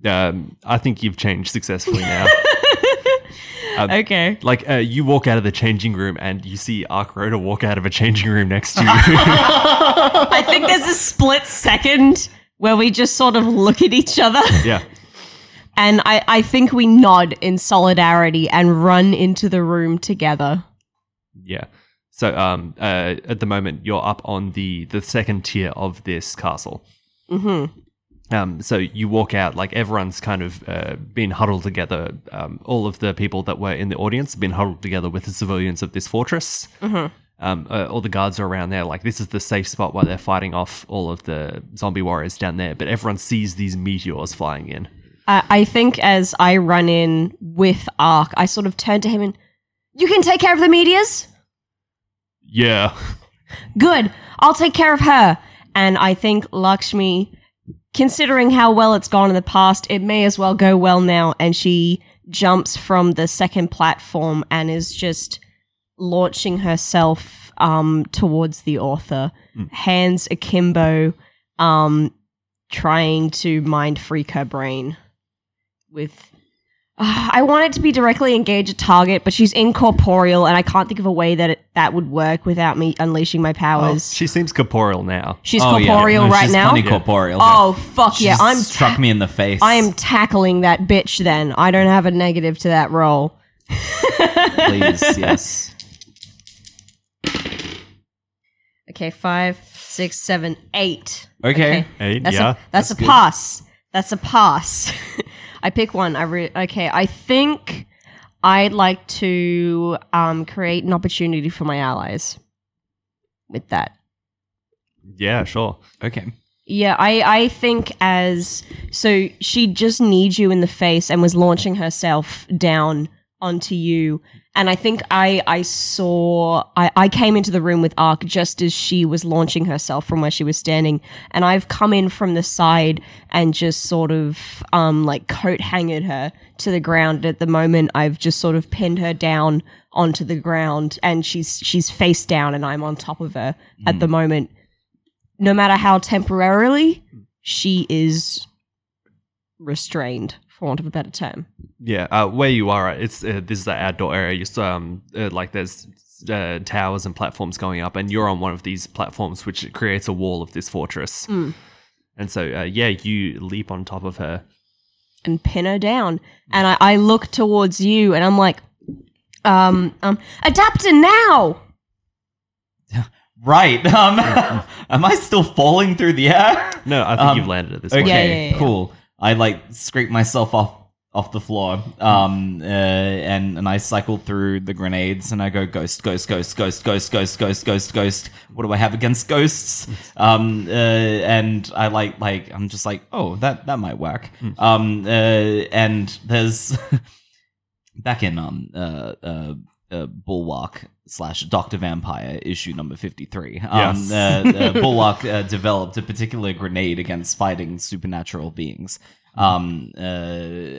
Speaker 3: Um, I think you've changed successfully now.
Speaker 5: Okay.
Speaker 3: like uh, you walk out of the changing room and you see Ark Rhoda walk out of a changing room next to you.
Speaker 5: I think there's a split second where we just sort of look at each other
Speaker 3: yeah.
Speaker 5: and I, I think we nod in solidarity and run into the room together.
Speaker 3: Yeah. So um, uh, at the moment, you're up on the the second tier of this castle. Mm-hmm. Um, so you walk out, like everyone's kind of uh, been huddled together. Um, all of the people that were in the audience have been huddled together with the civilians of this fortress.
Speaker 5: Mm-hmm.
Speaker 3: Um, uh, all the guards are around there. Like this is the safe spot where they're fighting off all of the zombie warriors down there. But everyone sees these meteors flying in.
Speaker 5: I, I think as I run in with Ark, I sort of turn to him and, You can take care of the meteors?
Speaker 3: Yeah.
Speaker 5: Good. I'll take care of her. And I think Lakshmi, considering how well it's gone in the past, it may as well go well now. And she jumps from the second platform and is just launching herself um, towards the author,
Speaker 1: Hmm.
Speaker 5: hands akimbo, um, trying to mind freak her brain with. Ah, I want it to be directly engage a target, but she's incorporeal, and I can't think of a way that it, that would work without me unleashing my
Speaker 3: Well,
Speaker 5: powers.
Speaker 3: she seems corporeal now.
Speaker 5: She's
Speaker 1: Oh, yeah.
Speaker 5: corporeal
Speaker 1: No,
Speaker 5: right
Speaker 1: she's
Speaker 5: now.
Speaker 1: plenty corporeal.
Speaker 5: Oh fuck
Speaker 1: She
Speaker 5: yeah!
Speaker 1: just
Speaker 5: I'm
Speaker 1: struck me in the face.
Speaker 5: I am tackling that bitch. Then I don't have a negative to that roll.
Speaker 1: please, yes.
Speaker 5: Okay, five, six, seven, eight.
Speaker 1: Okay.
Speaker 3: Eight,
Speaker 5: That's
Speaker 3: yeah.
Speaker 5: a that's, a pass. That's a pass. I pick one. I re- okay. I think I'd like to um, create an opportunity for my allies with that.
Speaker 3: yeah, sure.
Speaker 1: Okay.
Speaker 5: Yeah, I, I think as so she just needs you in the face and was launching herself down onto you. And I think I I saw I, I came into the room with Ark just as she was launching herself from where she was standing. And I've come in from the side and just sort of um like coat hangered her to the ground. At the moment I've just sort of pinned her down onto the ground and she's she's face down and I'm on top of her at the moment no matter how temporarily, she is restrained, for want of a better term.
Speaker 3: Yeah, uh, where you are, it's uh, this is the outdoor area. You s- um uh, like there's uh, towers and platforms going up, and you're on one of these platforms, which creates a wall of this fortress.
Speaker 5: Hmm.
Speaker 3: And so, uh, yeah, you leap on top of her.
Speaker 5: and pin her down. And I, I look towards you and I'm like, um, um, adapter now!
Speaker 1: Right. Um, am I still falling through the air?
Speaker 3: No, I think
Speaker 1: Um,
Speaker 3: you've landed at this
Speaker 1: Okay,
Speaker 3: point.
Speaker 5: Yeah, yeah, yeah.
Speaker 1: cool. I like scrape myself off off the floor, um, uh, and and I cycle through the grenades, and I go ghost, ghost, ghost, ghost, ghost, ghost, ghost, ghost, ghost. What do I have against ghosts? Um, uh, and I like like I'm just like, oh, that that might work. Um, uh, and there's back in um uh uh, uh bulwark slash doctor vampire issue number 53 um
Speaker 3: Yes.
Speaker 1: uh, uh, bulwark uh, developed a particular grenade against fighting supernatural beings um uh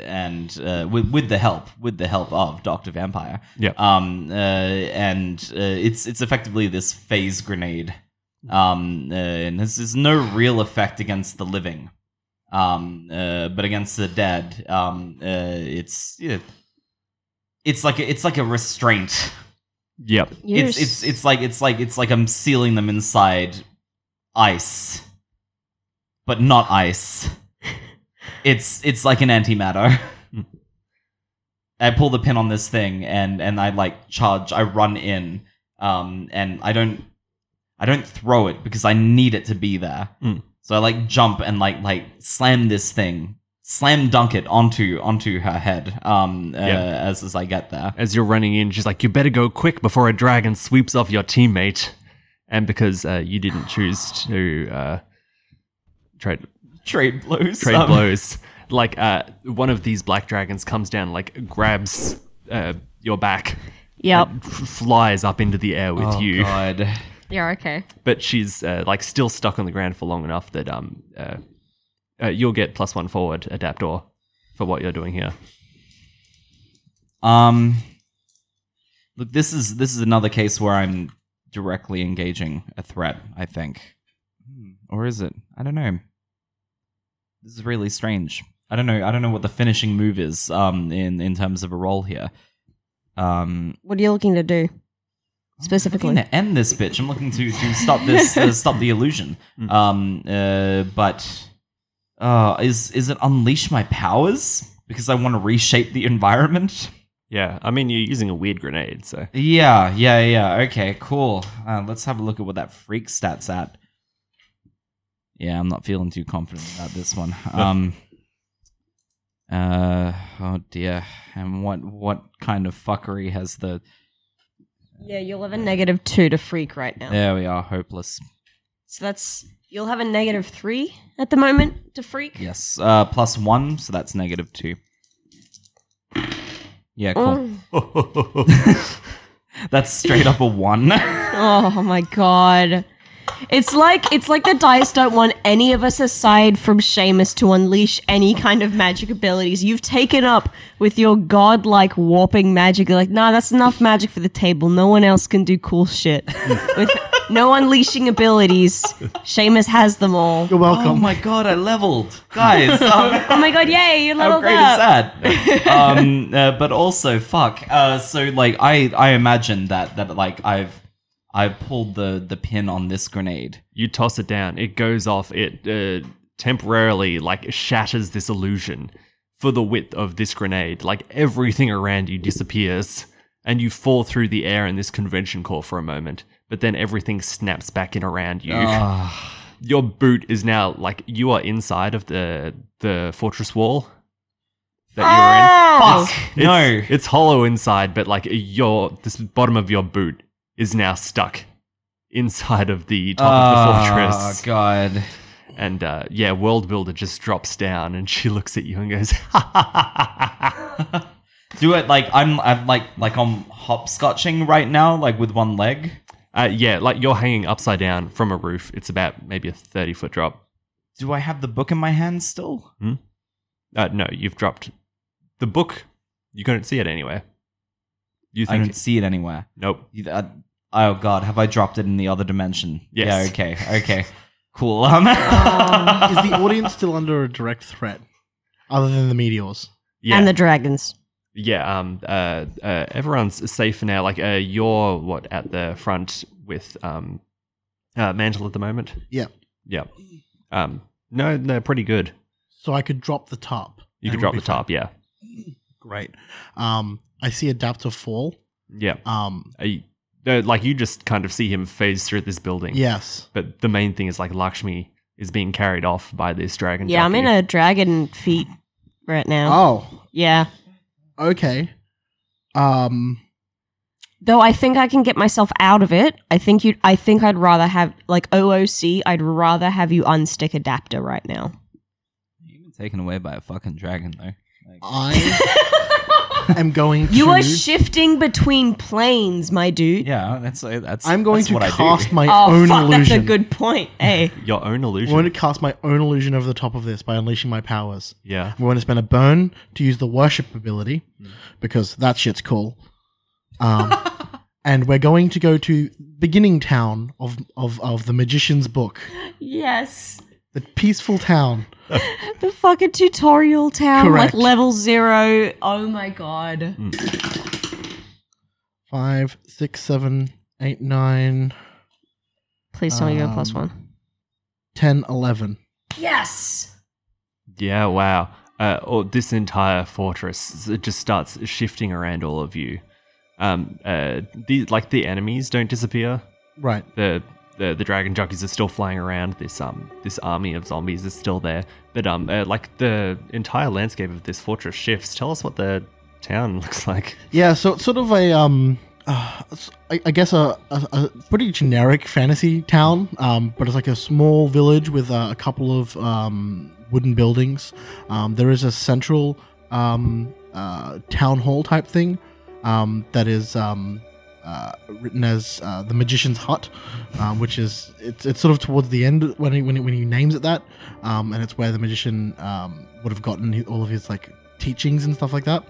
Speaker 1: and uh with, with the help with the help of doctor vampire
Speaker 3: Yeah.
Speaker 1: um uh and uh, it's it's effectively this phase grenade um uh, and this is no real effect against the living um uh, but against the dead um uh, it's yeah, it's like a, it's like a restraint
Speaker 3: Yep.
Speaker 5: You're
Speaker 1: it's it's it's like it's like it's like I'm sealing them inside ice but not ice it's it's like an antimatter I pull the pin on this thing and and I like charge I run in um and I don't I don't throw it because I need it to be there
Speaker 3: Mm.
Speaker 1: so I like jump and like like slam this thing slam dunk it onto onto her head um uh,
Speaker 3: Yeah.
Speaker 1: as as I get there
Speaker 3: As you're running in, she's like, "You better go quick before a dragon sweeps off your teammate." And because uh, you didn't choose to uh, trade
Speaker 1: trade blows
Speaker 3: trade
Speaker 1: um,
Speaker 3: blows. Like uh, one of these black dragons comes down, like grabs uh, your back,
Speaker 5: Yep.
Speaker 3: and f- flies up into the air with you.
Speaker 1: God.
Speaker 5: Yeah, okay.
Speaker 3: But she's uh, like still stuck on the ground for long enough that um, uh, uh, you'll get plus one forward adaptor for what you're doing here.
Speaker 1: Um, Look, this is this is another case where I'm directly engaging a threat. I think, Hmm, or is it? I don't know. This is really strange. I don't know. I don't know what the finishing move is. Um, in in terms of a role here. Um,
Speaker 5: What are you looking to do
Speaker 1: I'm
Speaker 5: specifically?
Speaker 1: looking to end this bitch. I'm looking to, to stop this, uh, stop the illusion.
Speaker 3: Mm.
Speaker 1: Um, uh, but uh, is is it unleash my powers because I want to reshape the environment?
Speaker 3: Yeah, I mean, you're using a weird grenade, so.
Speaker 1: Yeah, yeah, yeah. Okay, cool. Uh, let's have a look at what that freak stats at. Yeah, I'm not feeling too confident about this one. Um, uh, oh dear. And what what kind of fuckery has the?
Speaker 5: Yeah, you'll have a negative two to freak right now.
Speaker 1: There we are, hopeless.
Speaker 5: So that's you'll have a negative three at the moment to freak.
Speaker 1: Yes, uh, plus one, so that's negative two. Yeah, cool. That's straight up a one.
Speaker 5: Oh my god. It's like it's like the dice don't want any of us aside from Seamus to unleash any kind of magic abilities. You've taken up with your godlike warping magic. You're like, nah, that's enough magic for the table. No one else can do cool shit. with no unleashing abilities. Seamus has them all.
Speaker 4: You're welcome.
Speaker 1: oh my god, I leveled, guys. Um,
Speaker 5: Oh my god, yay, you
Speaker 1: how
Speaker 5: leveled
Speaker 1: great
Speaker 5: up.
Speaker 1: is that? Um, uh, but also, fuck. Uh, so like, I I imagine that that like I've I've pulled the the pin on this grenade.
Speaker 3: You toss it down, it goes off, it uh, temporarily, like, shatters this illusion for the width of this grenade. Like, everything around you disappears, and you fall through the air in this convention core for a moment, but then everything snaps back in around you.
Speaker 1: Ah,
Speaker 3: Your boot is now, like, you are inside of the, the fortress wall that you're in.
Speaker 1: fuck.
Speaker 3: It's,
Speaker 1: No.
Speaker 3: it's hollow inside, but like your this bottom of your boot is now stuck inside of the top of the
Speaker 1: Oh
Speaker 3: fortress.
Speaker 1: god.
Speaker 3: And uh, yeah, World Builder just drops down, and she looks at you and goes, "Ha ha ha ha ha."
Speaker 1: Do it like I'm I'm like like I'm hopscotching right now, like with one leg.
Speaker 3: Uh, yeah, like you're hanging upside down from a roof. It's about maybe a thirty foot drop.
Speaker 1: Do I have the book in my hand still?
Speaker 3: Uh, no, you've dropped the book. You couldn't see it anywhere. You
Speaker 1: I
Speaker 3: think?
Speaker 1: don't see it anywhere.
Speaker 3: nope.
Speaker 1: You- uh, Oh god, have I dropped it in the other dimension?
Speaker 3: Yes.
Speaker 1: Yeah. Okay. Okay. Cool. Um,
Speaker 4: Is the audience still under a direct threat, other than the meteors?
Speaker 3: Yeah.
Speaker 5: And the dragons.
Speaker 3: yeah um uh, uh everyone's safe now like uh you're what at the front with um uh mantle at the moment
Speaker 4: Yeah.
Speaker 3: yeah um no they're pretty good
Speaker 4: So I could drop the top.
Speaker 3: you
Speaker 4: and
Speaker 3: can
Speaker 4: it
Speaker 3: drop
Speaker 4: would
Speaker 3: the
Speaker 4: be fine.
Speaker 3: top yeah
Speaker 4: Great. Um, I see adaptive fall.
Speaker 3: yeah
Speaker 4: Um,
Speaker 3: Uh, you- uh, like you just kind of see him phase through this building
Speaker 4: yes.
Speaker 3: but the main thing is like lakshmi is being carried off by this dragon
Speaker 5: Yeah, I'm in
Speaker 3: jockey.
Speaker 5: a dragon feet right now.
Speaker 4: Oh,
Speaker 5: Yeah.
Speaker 4: okay. Um,
Speaker 5: Though I think I can get myself out of it. I think you. I think I'd rather have like OOC. I'd rather have you unstick adapter right now.
Speaker 1: You've been taken away by a fucking dragon, though. Like,
Speaker 4: I am going.
Speaker 5: You
Speaker 4: to,
Speaker 5: are shifting between planes, my dude.
Speaker 1: yeah, that's uh, that's.
Speaker 4: I'm going
Speaker 1: that's
Speaker 4: to
Speaker 1: what I do.
Speaker 4: cast my
Speaker 5: Oh
Speaker 4: own
Speaker 5: fuck,
Speaker 4: illusion.
Speaker 5: that's a good point. eh? Hey,
Speaker 3: your own
Speaker 4: I'm
Speaker 3: illusion
Speaker 4: going to cast my own illusion over the top of this by unleashing my powers.
Speaker 3: yeah
Speaker 4: I'm going to spend a burn to use the worship ability because that shit's cool. Um, and we're going to go to beginning town of, of, of the magician's book,
Speaker 5: yes,
Speaker 4: the peaceful town.
Speaker 5: the fucking tutorial town,
Speaker 4: Correct.
Speaker 5: like level zero. Oh my god.
Speaker 4: Five, six, seven, eight, nine,
Speaker 5: Please tell me you got a
Speaker 4: Um,
Speaker 5: plus one.
Speaker 4: ten, eleven.
Speaker 5: Yes.
Speaker 3: Yeah, wow. Uh, or this entire fortress it just starts shifting around all of you. Um, uh, the, like the enemies don't disappear.
Speaker 4: Right.
Speaker 3: The, the the dragon jockeys are still flying around. This um this army of zombies is still there. But um uh, like the entire landscape of this fortress shifts. Tell us what the town looks like.
Speaker 4: Yeah, so it's sort of a um, uh, it's- I, I guess a, a, a pretty generic fantasy town, um, but it's like a small village with uh, a couple of um, wooden buildings. Um, there is a central um, uh, town hall type thing um, that is um, uh, written as uh, the Magician's Hut, um, which is it's, it's sort of towards the end when he, when he, when he names it that, um, and it's where the magician um, would have gotten he- all of his like teachings and stuff like that.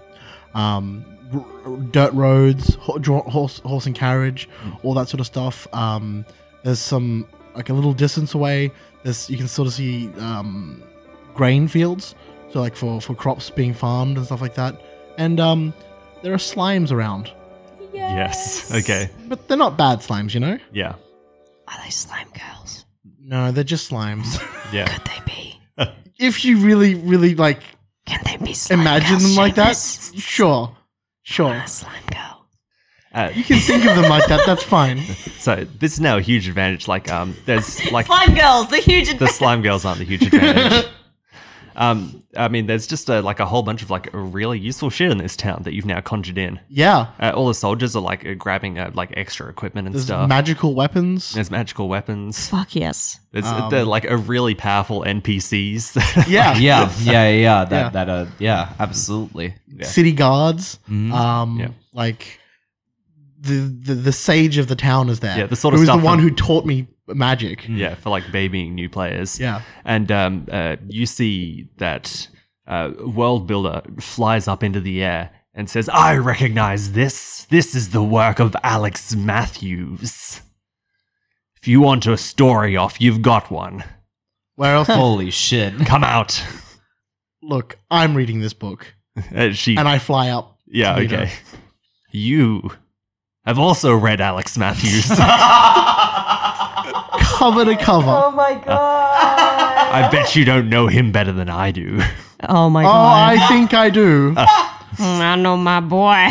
Speaker 4: Um, r- dirt roads, ho- draw, horse, horse and carriage, all that sort of stuff. Um, there's some like a little distance away. There's you can sort of see um, grain fields, so like for for crops being farmed and stuff like that. And um, there are slimes around,
Speaker 3: Yes. Okay.
Speaker 4: but they're not bad slimes, you know.
Speaker 3: Yeah.
Speaker 5: Are those slime girls?
Speaker 4: No, they're just slimes.
Speaker 3: Yeah.
Speaker 5: Could they be?
Speaker 4: if you really, really like
Speaker 5: Can they be slime
Speaker 4: imagine
Speaker 5: girls,
Speaker 4: them like that,
Speaker 5: Seamus?
Speaker 4: sure, sure.
Speaker 5: A slime girl.
Speaker 3: Uh,
Speaker 4: You can think of them like that. That's fine.
Speaker 3: so this is now a huge advantage. Like, um, there's like
Speaker 5: Slime girls, the huge
Speaker 3: the slime girls aren't a huge advantage. Um, I mean, there's just a, like a whole bunch of like really useful shit in this town that you've now conjured in.
Speaker 4: Yeah,
Speaker 3: Uh, all the soldiers are like uh, grabbing uh, like extra equipment and
Speaker 4: there's
Speaker 3: stuff.
Speaker 4: magical weapons.
Speaker 3: there's magical weapons.
Speaker 5: Fuck yes.
Speaker 3: There's,
Speaker 4: Um.
Speaker 3: they're like a really powerful NPCs.
Speaker 4: Yeah,
Speaker 1: yeah, yeah, yeah, yeah. That,
Speaker 4: Yeah.
Speaker 1: that, uh, yeah, absolutely.
Speaker 3: Yeah.
Speaker 4: city guards.
Speaker 1: Mhm.
Speaker 4: Um,
Speaker 3: Yeah.
Speaker 4: like the, the the sage of the town is there.
Speaker 3: Yeah, the sort of
Speaker 4: who was
Speaker 3: stuff
Speaker 4: the one
Speaker 3: from-
Speaker 4: who taught me magic.
Speaker 3: yeah, for like babying new players.
Speaker 4: Yeah.
Speaker 3: and um, uh, you see that uh, world builder flies up into the air and says, "I recognize this. This is the work of Alex Matthews. If you want a story off, you've got one.
Speaker 4: Where else?
Speaker 1: Holy shit.
Speaker 3: Come out."
Speaker 4: Look, I'm reading this book,
Speaker 3: And she,
Speaker 4: and I fly up.
Speaker 3: yeah,
Speaker 4: to meet her.
Speaker 3: okay. You have also read Alex Matthews.
Speaker 4: cover to cover.
Speaker 5: Oh my god.
Speaker 3: I bet you don't know him better than I do.
Speaker 5: oh my
Speaker 4: Oh,
Speaker 5: god.
Speaker 4: I think I do.
Speaker 1: Uh,
Speaker 5: Mm, I know my boy.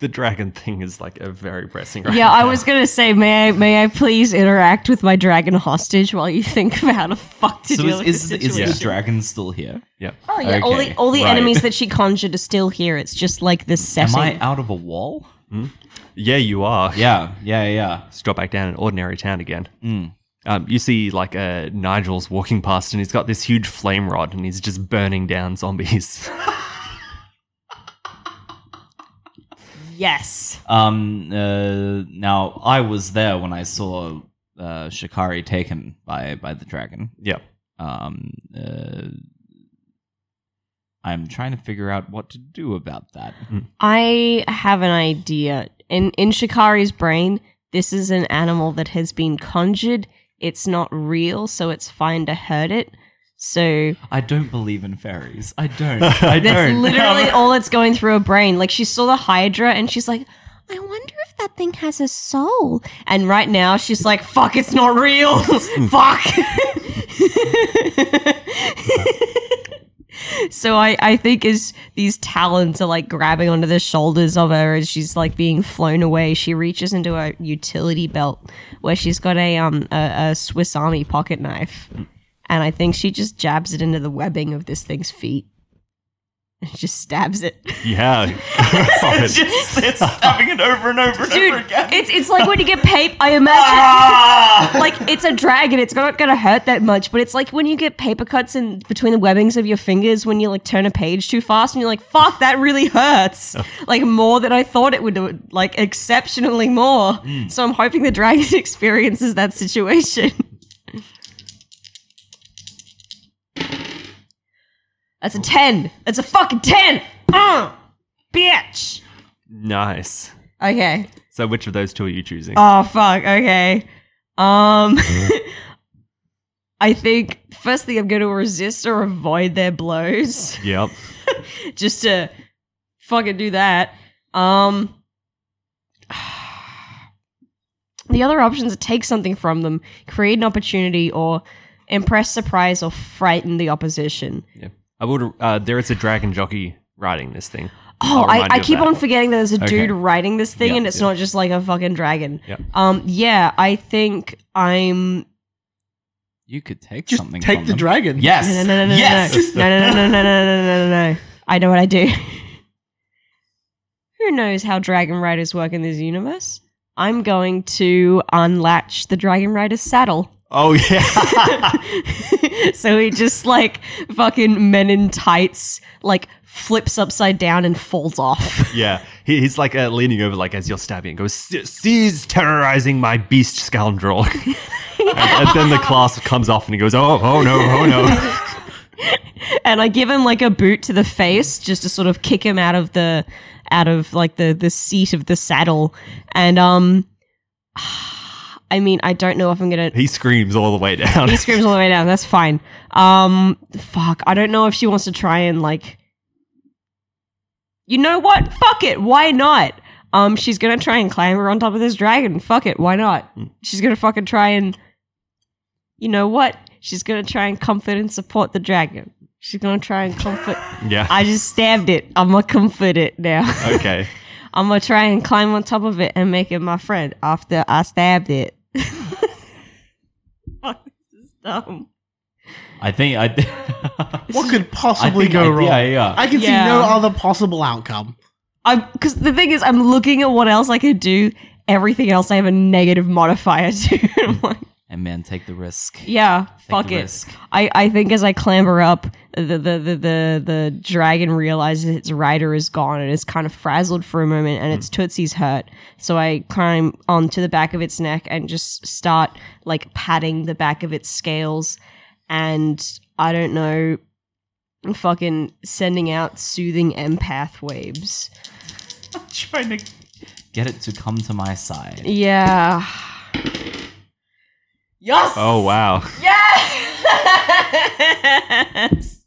Speaker 3: The dragon thing is like a very pressing. Right
Speaker 5: yeah, I
Speaker 3: now.
Speaker 5: was gonna say, may I may I please interact with my dragon hostage while you think of how to fuck to
Speaker 1: So
Speaker 5: deal
Speaker 1: is,
Speaker 5: with
Speaker 1: is, is the
Speaker 5: this situation.
Speaker 1: dragon still here?
Speaker 3: Yeah.
Speaker 5: Oh yeah, all the
Speaker 1: Okay,
Speaker 5: all the
Speaker 1: right.
Speaker 5: enemies that she conjured are still here. It's just like this
Speaker 1: Am
Speaker 5: setting.
Speaker 1: I out of a wall?
Speaker 3: Yeah, you are.
Speaker 1: Yeah, yeah, yeah.
Speaker 3: Let's drop back down in ordinary town again.
Speaker 1: Mm.
Speaker 3: Um, you see, like, uh, Nigel's walking past and he's got this huge flame rod and he's just burning down zombies.
Speaker 5: yes.
Speaker 1: Um. Uh, now I was there when I saw uh, Shikari taken by by the dragon.
Speaker 3: yeah.
Speaker 1: Um. Uh, I'm trying to figure out what to do about that.
Speaker 5: I have an idea. In in Shikari's brain, this is an animal that has been conjured. It's not real, so it's fine to hurt it. So
Speaker 1: I don't believe in fairies. I don't. I
Speaker 5: that's
Speaker 1: don't.
Speaker 5: literally all that's going through her brain. Like she saw the Hydra and she's like, I wonder if that thing has a soul. And right now she's like, fuck, it's not real. fuck. so I, I think as these talons are like grabbing onto the shoulders of her as she's like being flown away, she reaches into her utility belt where she's got a um a, a Swiss Army pocket knife. And I think she just jabs it into the webbing of this thing's feet. And just stabs it.
Speaker 3: Yeah.
Speaker 1: it's having it over and over and
Speaker 5: Dude, it's it's like when you get paper. I imagine like it's a dragon. It's not gonna hurt that much, but it's like when you get paper cuts in between the webbings of your fingers when you like turn a page too fast and you're like, "Fuck, that really hurts." Like more than I thought it would, do, like exceptionally more. So I'm hoping the dragon experiences that situation. That's a ten. That's a fucking ten. Uh, bitch.
Speaker 3: nice.
Speaker 5: Okay.
Speaker 3: So, which of those two are you choosing?
Speaker 5: Oh fuck. Okay. Um, I think firstly I'm going to resist or avoid their blows
Speaker 3: yep.
Speaker 5: just to fucking do that. Um, the other options are take something from them, create an opportunity, or impress, surprise, or frighten the opposition.
Speaker 3: Yeah. I would. Uh, there is a dragon jockey riding this thing.
Speaker 5: Oh,
Speaker 3: I'll remind
Speaker 5: I, I
Speaker 3: you of
Speaker 5: keep
Speaker 3: that.
Speaker 5: on forgetting that there's a dude
Speaker 1: Okay.
Speaker 5: writing this thing
Speaker 1: Yeah,
Speaker 5: and it's not just like a fucking dragon.
Speaker 3: Yeah.
Speaker 5: Um, yeah, I think I'm
Speaker 1: You could take
Speaker 4: Just
Speaker 1: something.
Speaker 4: take
Speaker 1: from
Speaker 4: the
Speaker 1: them.
Speaker 4: dragon.
Speaker 1: Yes.
Speaker 5: No, no, no, no,
Speaker 1: yes.
Speaker 5: no, no, no, no, no, no, no, no, no, no. I know what I do. Who knows how dragon riders work in this universe? I'm going to unlatch the dragon rider's saddle.
Speaker 3: Oh, yeah.
Speaker 5: so he just like fucking men in tights, like flips upside down and falls off.
Speaker 3: yeah. He, he's like uh, leaning over, like, as you're stabbing, goes, "Ce- Cease terrorizing my beast scoundrel. and, and then the clasp comes off and he goes, Oh, oh no, oh no.
Speaker 5: and I give him like a boot to the face just to sort of kick him out of the out of like the the seat of the saddle. And um I mean, I don't know if I'm gonna
Speaker 3: He screams all the way down.
Speaker 5: he screams all the way down. That's fine. Um, fuck. I don't know if she wants to try and like. You know what? Fuck it. Why not? Um, she's gonna try and clamber on top of this dragon. Fuck it. Why not? She's gonna fucking try and. You know what? She's gonna try and comfort and support the dragon. She's gonna try and comfort.
Speaker 3: yeah.
Speaker 5: I just stabbed it. I'm gonna comfort it now.
Speaker 3: okay.
Speaker 5: I'm gonna try and climb on top of it and make it my friend after I stabbed it. Fuck, this is dumb.
Speaker 1: I think I.
Speaker 4: What could
Speaker 1: I
Speaker 4: possibly
Speaker 1: think
Speaker 4: go
Speaker 1: I-
Speaker 4: wrong?
Speaker 1: Yeah, yeah.
Speaker 4: I can
Speaker 5: Yeah.
Speaker 4: see no other possible outcome.
Speaker 5: I'm because the thing is, I'm looking at what else I could do. Everything else, I have a negative modifier to. I'm like,
Speaker 1: and man, take the risk.
Speaker 5: yeah,
Speaker 1: Take
Speaker 5: fuck
Speaker 1: the
Speaker 5: it.
Speaker 1: risk.
Speaker 5: I, I think as I clamber up, the, the the the the dragon realizes its rider is gone and is kind of frazzled for a moment, and its tootsie's hurt. So I climb onto the back of its neck and just start like patting the back of its scales, and I don't know, fucking sending out soothing empath waves.
Speaker 1: Get it to come to my side.
Speaker 5: Yeah. Yes.
Speaker 3: Oh wow.
Speaker 5: Yes.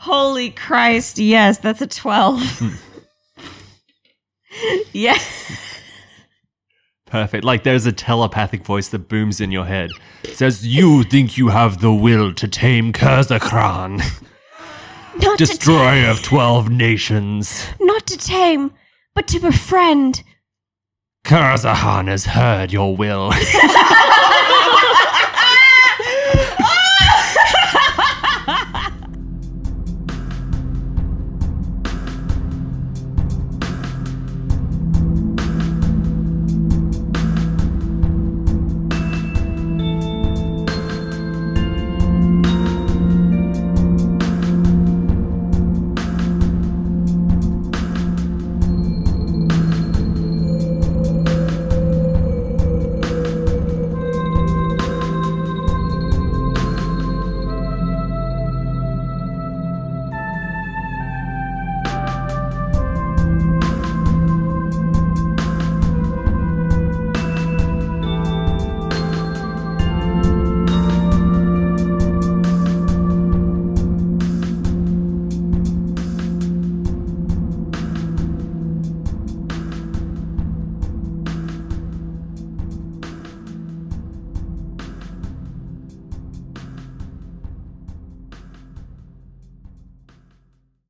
Speaker 5: Holy Christ! Yes, that's a twelve. yes.
Speaker 3: Perfect. Like there's a telepathic voice that booms in your head. Says, You think you have the will to tame Kurzakran,
Speaker 2: Not to, ta-
Speaker 3: destroyer of twelve nations.
Speaker 2: not to tame, but to befriend.
Speaker 3: Kurzahan has heard your will.